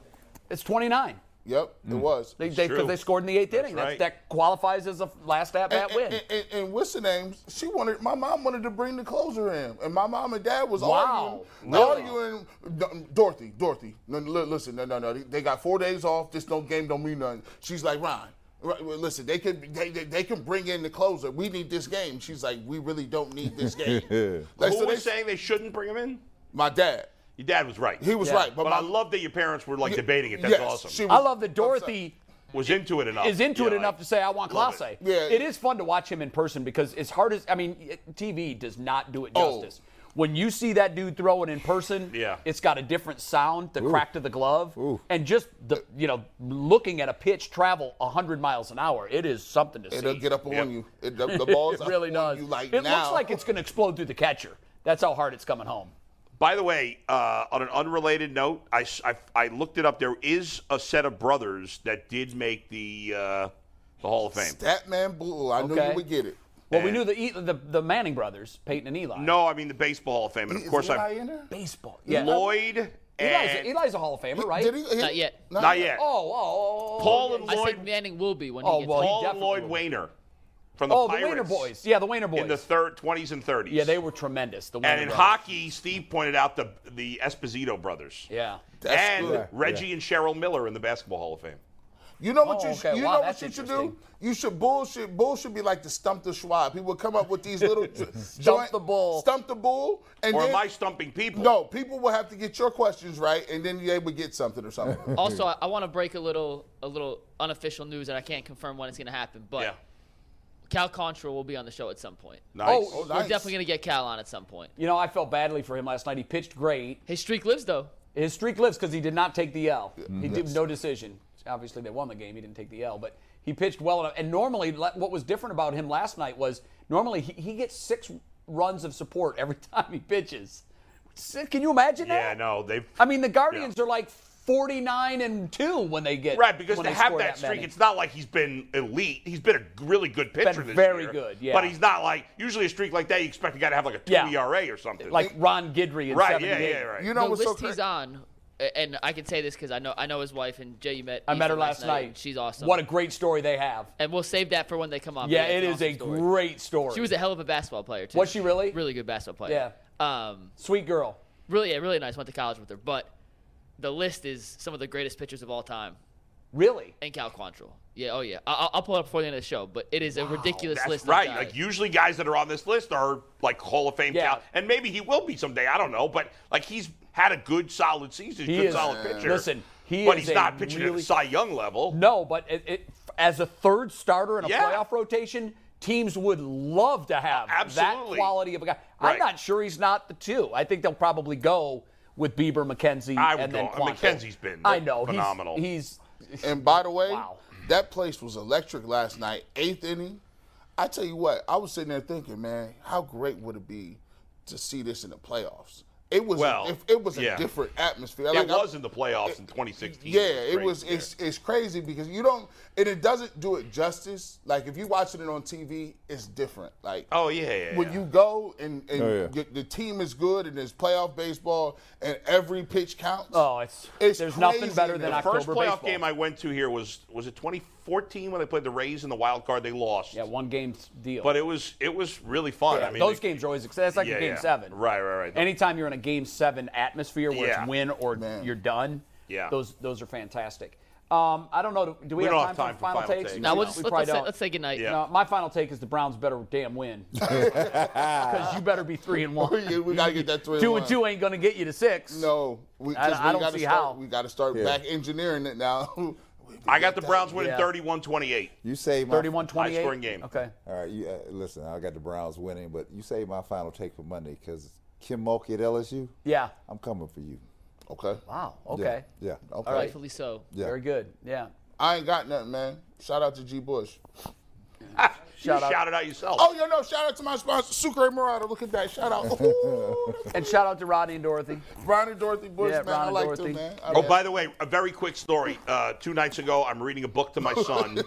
B: It's 29.
D: Yep,
A: Mm.
D: it was.
B: They, they, 'cause
C: true.
B: they scored in the eighth inning. That's,
C: right.
B: That qualifies as a last at bat
D: and,
B: win.
D: And, and, and what's the name? She wanted my mom wanted to bring the closer in, and my mom and dad was
B: Wow.
D: arguing, arguing. D- Dorothy, Dorothy, no, no, li- listen, no, no, no. They- They got four days off. This don't game don't mean nothing. She's like Ron. Right, well, listen, they can they, they, they can bring in the closer. We need this game. She's like, we really don't need this game. Like,
C: Who
D: so
C: was
D: they-
C: saying they shouldn't bring him in?
D: My dad.
C: Your dad was right.
D: He was
B: Yeah.
D: right, but,
C: But
D: my
C: I love that your parents were like debating it. That's
D: yes,
C: awesome.
D: she
B: I
D: was
B: love that Dorothy
C: was into it enough.
B: is into
C: Yeah,
B: it
C: like,
B: enough to say, I want
C: love
B: Classe.
C: it.
D: Yeah.
B: It is fun to watch him in person because as hard as, I mean, it- TV does not do it
D: Oh.
B: justice. When you see that dude throwing in person,
C: Yeah.
B: it's got a different sound, the crack to the glove, and just the you know looking at a pitch travel 100 miles on hour, it is something to see.
D: It'll get up on
C: Yep.
D: you. It, the, the ball's
B: it really
D: up on
B: does.
D: you like
B: it
D: now.
B: looks like it's going to explode through the catcher. That's how hard it's coming home.
C: By the way, uh, on an unrelated note, I, s- I- I looked it up. There is a set of brothers that did make the uh, the Hall of Fame.
D: that man blue. I knew
B: Okay.
D: you would get it.
B: Well, we knew the, E- the the Manning brothers, Peyton and Eli.
C: No, I mean the Baseball Hall of Fame, and of course
D: Is Eli
C: I
D: in there?
B: baseball. Yeah.
C: Lloyd
B: Eli's,
C: and
B: Eli's a Hall of Famer, right?
D: Did he, he-
A: Not yet.
C: not yet.
B: Oh, oh, oh, oh.
C: Paul and
A: I said
C: Lloyd,
A: Manning will be when
B: Oh,
A: he gets
B: well, he
A: home.
C: Paul and
B: definitely
C: Lloyd
B: will.
C: Wainer from the
B: oh, the
C: Pirates
B: Wayner boys. Yeah, the Wayner boys.
C: in the third twenties and thirties.
B: yeah, they were tremendous. The Wayner
C: And in
B: brothers.
C: hockey, Steve pointed out the the Esposito brothers.
B: Yeah.
C: and
D: good.
C: Reggie and Cheryl Miller in the Basketball Hall of Fame.
D: You know what
B: Oh,
D: you
B: okay.
D: should, you
B: Wow,
D: know
B: that's
D: what you should do?
B: interesting.
D: You should bullshit. Bull should be like the stump the Schwab. He would come up with these little jo- joint-
B: the bull.
D: stump the bull, and
C: Or
D: then
C: am I stumping people?
D: no people will have to get your questions right, and then they would get something or something.
A: Also, I, I want to break a little a little unofficial news, and I can't confirm when it's going to happen. But
C: Yeah.
A: Cal Contra will be on the show at some point.
C: Nice.
B: Oh,
A: We're definitely going to get Cal on at some point.
B: You know, I felt badly for him last night. He pitched great.
A: His streak lives though.
B: His streak lives because he did not take the L. He did no decision. Obviously, they won the game. He didn't take the L, but he pitched well enough. And normally, la- what was different about him last night was normally he, he gets six runs of support every time he pitches. Six- Can you imagine
C: yeah,
B: that?
C: no, they've
B: I mean, the Guardians are like 49 and 2 when they get
C: Right, because
B: when
C: to
B: they
C: have
B: score
C: that streak,
B: many.
C: it's not like he's been elite. He's been a really good pitcher
B: Been
C: this
B: very
C: year,
B: good, yeah.
C: But he's not like usually a streak like that. You expect a guy to have like a two
B: Yeah.
C: ERA or something.
B: like Ron Guidry in
C: right, yeah,
B: 78.
C: yeah, right.
A: the list he's on, a- and I can say this because I know I know his wife and Jay. You met.
B: I met
A: Ethan
B: her last night.
A: and She's awesome.
B: What a great story they have.
A: and we'll save that for when they come on. but
B: yeah, it
A: it's an
B: is
A: awesome
B: a
A: story.
B: great story.
A: She was a hell of a basketball player too.
B: Was she really?
A: Really good basketball player. Yeah. Um,
B: Sweet girl.
A: Really, yeah, really nice. Went to college with her, but the list is some of the greatest pitchers of all time.
B: Really?
A: And Cal Quantrill. Yeah. Oh yeah. I- I'll, I'll pull it up before the end of the show, but it is a ridiculous
C: That's
A: list. of
C: right.
A: guys.
C: Like usually guys that are on this list are like Hall of Fame count, and maybe he will be someday. I don't know, but like he's had a good solid season,
B: He
C: good
B: is-
C: solid pitcher.
B: Listen, he
C: but
B: is
C: he's
B: a
C: not pitching at
B: really-
C: a Cy Young level.
B: No, but it, it, as a third starter in a
C: Yeah.
B: playoff rotation, teams would love to have that
C: Absolutely.
B: quality of a guy. I'm
C: Right.
B: not sure he's not the two. I think they'll probably go with Bieber, McKenzie,
C: I would
B: and then
C: go-
B: Quantrill.
C: McKenzie's been
B: I know he's-
C: phenomenal.
B: He's,
D: And by the way, that place was electric last night. Eighth inning. I tell you what, I was sitting there thinking, man, how great would it be to see this in the playoffs? It was.
C: Well,
D: if it was a
C: yeah.
D: different atmosphere.
C: It
D: Like, I-
C: was in the playoffs in 2016.
D: Yeah, it
C: Crazy
D: was.
C: there.
D: It's it's crazy because you don't, and it doesn't do it justice. Like if you're watching it on TV, it's different. Like
C: Oh, yeah, yeah,
D: when
C: yeah.
D: you go and and
C: Oh, yeah.
D: the, the team is good and there's playoff baseball and every pitch counts.
B: Oh, it's,
D: it's
B: there's nothing
D: crazy
B: better
D: in
B: than
D: there.
C: the first playoff game I went to here was was it 2014 when they played the Rays in the wild card. They lost. Yeah,
B: one game deal.
C: But it was it was really fun.
B: Yeah,
C: I mean,
B: those
C: they-
B: games are always exciting. That's like
C: Yeah,
B: a game
C: yeah.
B: seven.
C: Right, right, right.
B: Anytime you're in a game seven atmosphere where
C: Yeah.
B: it's win or you're done,
C: Yeah.
B: those those are fantastic. Um, I don't know. Do we,
C: We
B: have,
C: don't
B: time
C: have time
B: for
C: for
B: final,
C: final
B: takes?
C: takes. No, we'll
A: just-
B: we
A: let's-
B: probably
A: let's say-
B: don't.
A: let's say goodnight. Yeah.
B: No, my final take is the Browns better damn win because you better be three and one.
D: we gotta get that three and
B: Two
D: one.
B: and two ain't gonna get you to six.
D: No, we, 'cause
B: I, I
D: we
B: don't
D: gotta
B: see
D: start,
B: how.
D: we got to start
B: Yeah.
D: back engineering it now.
C: I got the Browns winning
D: Yeah.
C: 31-28.
F: You saved my
B: 31-28?
C: High scoring game.
B: Okay.
F: All right, you, uh, listen, I got the Browns winning, but you saved my final take for Monday because Kim Mulkey at LSU.
B: Yeah.
F: I'm coming for you.
D: Okay.
B: Wow.
F: Yeah,
B: Okay.
F: Yeah. okay.
A: Rightfully so.
F: Yeah.
B: Very good. Yeah.
D: I ain't got nothing, man. Shout out to G. Bush.
B: Shout out.
C: Shout it out yourself.
D: Oh, yo, no, shout out to my sponsor, Sucre Murata. Look at that. Shout out.
B: and shout out to Rodney and Dorothy.
D: Rodney and Dorothy Bush,
B: yeah,
D: man. I
B: Ron and
D: like
B: Dorothy.
D: them, man. I
C: Oh, by the way, a very quick story. Uh, two nights ago, I'm reading a book to my son,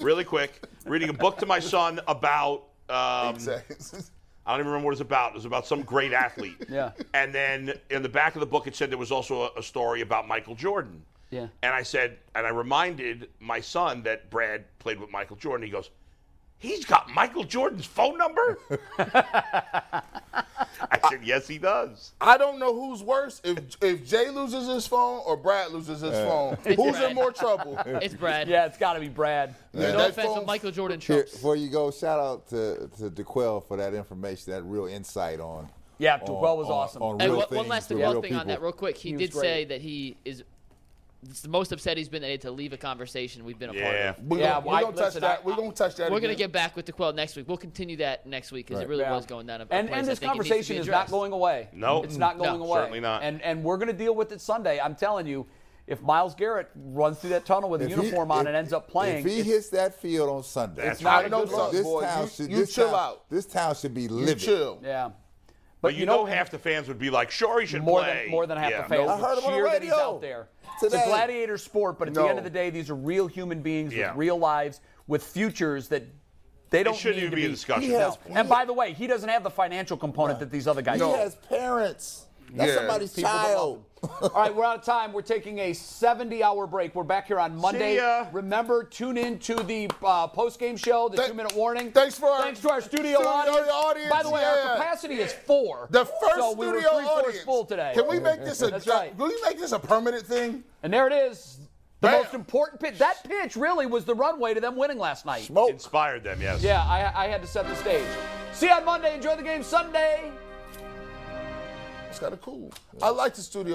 C: really quick. Reading a book to my son about. Um, I don't even remember what it's about. It was about some great athlete.
B: Yeah.
C: And then in the back of the book, it said there was also a, a story about Michael Jordan.
B: Yeah.
C: And I said, and I reminded my son that Brad played with Michael Jordan. He goes, he's got Michael Jordan's phone number? I said, yes, he does.
D: I don't know who's worse if if Jay loses his phone or Brad loses his phone.
A: It's
D: Who's
A: Brad.
D: in more trouble?
A: It's Brad.
B: Yeah, it's got to be Brad.
F: Yeah,
A: no
F: that
A: offense, but
F: phone's-
A: Michael Jordan
F: Here,
A: trumps.
F: before you go, shout out to to DeQuell for that information, that real insight on.
B: Yeah,
F: on-
B: DeQuell was
F: on-
B: awesome.
F: On
A: And
F: real
A: one,
F: things
A: one last
F: to
A: thing, one
F: real
A: thing on that,
F: people.
A: real quick. He,
B: He was
A: did
B: great.
A: say that he is it's the most upset he's been that he had to leave a conversation we've been a
C: Yeah.
A: part of.
D: We're
B: Yeah,
D: gonna,
B: why-
D: we gonna touch
B: listen,
D: that.
B: I-
D: We're gonna touch that.
A: We're going to
D: again.
A: get back with DeQuell next week. We'll continue that next week because
F: Right.
A: it really
B: Yeah.
A: was going down. A, a
B: And,
A: place
B: and
A: I
B: this
A: think it needs to be
B: conversation is not
A: addressed.
B: going away.
C: No.
B: It's not going
C: No,
B: away.
C: certainly not.
B: And and we're going to deal with it Sunday. I'm telling you, if Miles Garrett runs through that tunnel with a
F: If he-
B: uniform on
F: if-
B: and ends up playing,
F: If he
B: it's-
F: hits that field on Sunday,
C: That's
F: not
C: right.
F: a
C: No,
F: good look.
D: son,
F: This
D: boy,
F: town
D: you-
F: should
D: you
F: this
D: chill
F: town-
D: out.
F: This town should be
D: You
F: livid.
D: chill.
B: yeah.
C: But, you know, half the fans would be like, sure, he should
B: more
C: play.
B: than more than half
C: Yeah.
B: the fans
F: I heard
B: would
F: him on the
B: cheer that he's
F: radio
B: out there. It's a
F: today.
B: gladiator sport, but at the
D: No.
B: end of the day, these are real human beings
C: Yeah.
B: with real lives, with futures that they don't
C: shouldn't
B: need
C: even
B: to
C: be
B: be
C: a discussion.
F: He has-
B: No. And by the way, he doesn't have the financial component that these other guys.
F: He
B: do.
F: has parents. That's
D: Yeah.
F: somebody's
B: People that
F: child.
B: love them. All right, we're out of time. We're taking a 70 hour break. We're back here on Monday.
C: ya.
B: Remember, tune in to the uh, post game show, the
D: Thank-
B: two minute warning.
D: thanks for our
B: Thanks to our studio,
D: studio
B: audience.
D: audience,
B: By the way,
D: yeah.
B: our capacity is four.
D: The first
B: so we were
D: studio
B: three fourths
D: audience.
B: full today.
D: Can we make this a?
B: That's
D: jo-
B: right.
D: Can we make this a permanent thing?
B: And there it is. The
D: Bam.
B: most important pitch. That pitch really was the runway to them winning last night.
C: Inspired them, yes.
B: Yeah, I, I had to set the stage. See you on Monday. Enjoy the game Sunday.
D: It's kind of cool. I like the studio.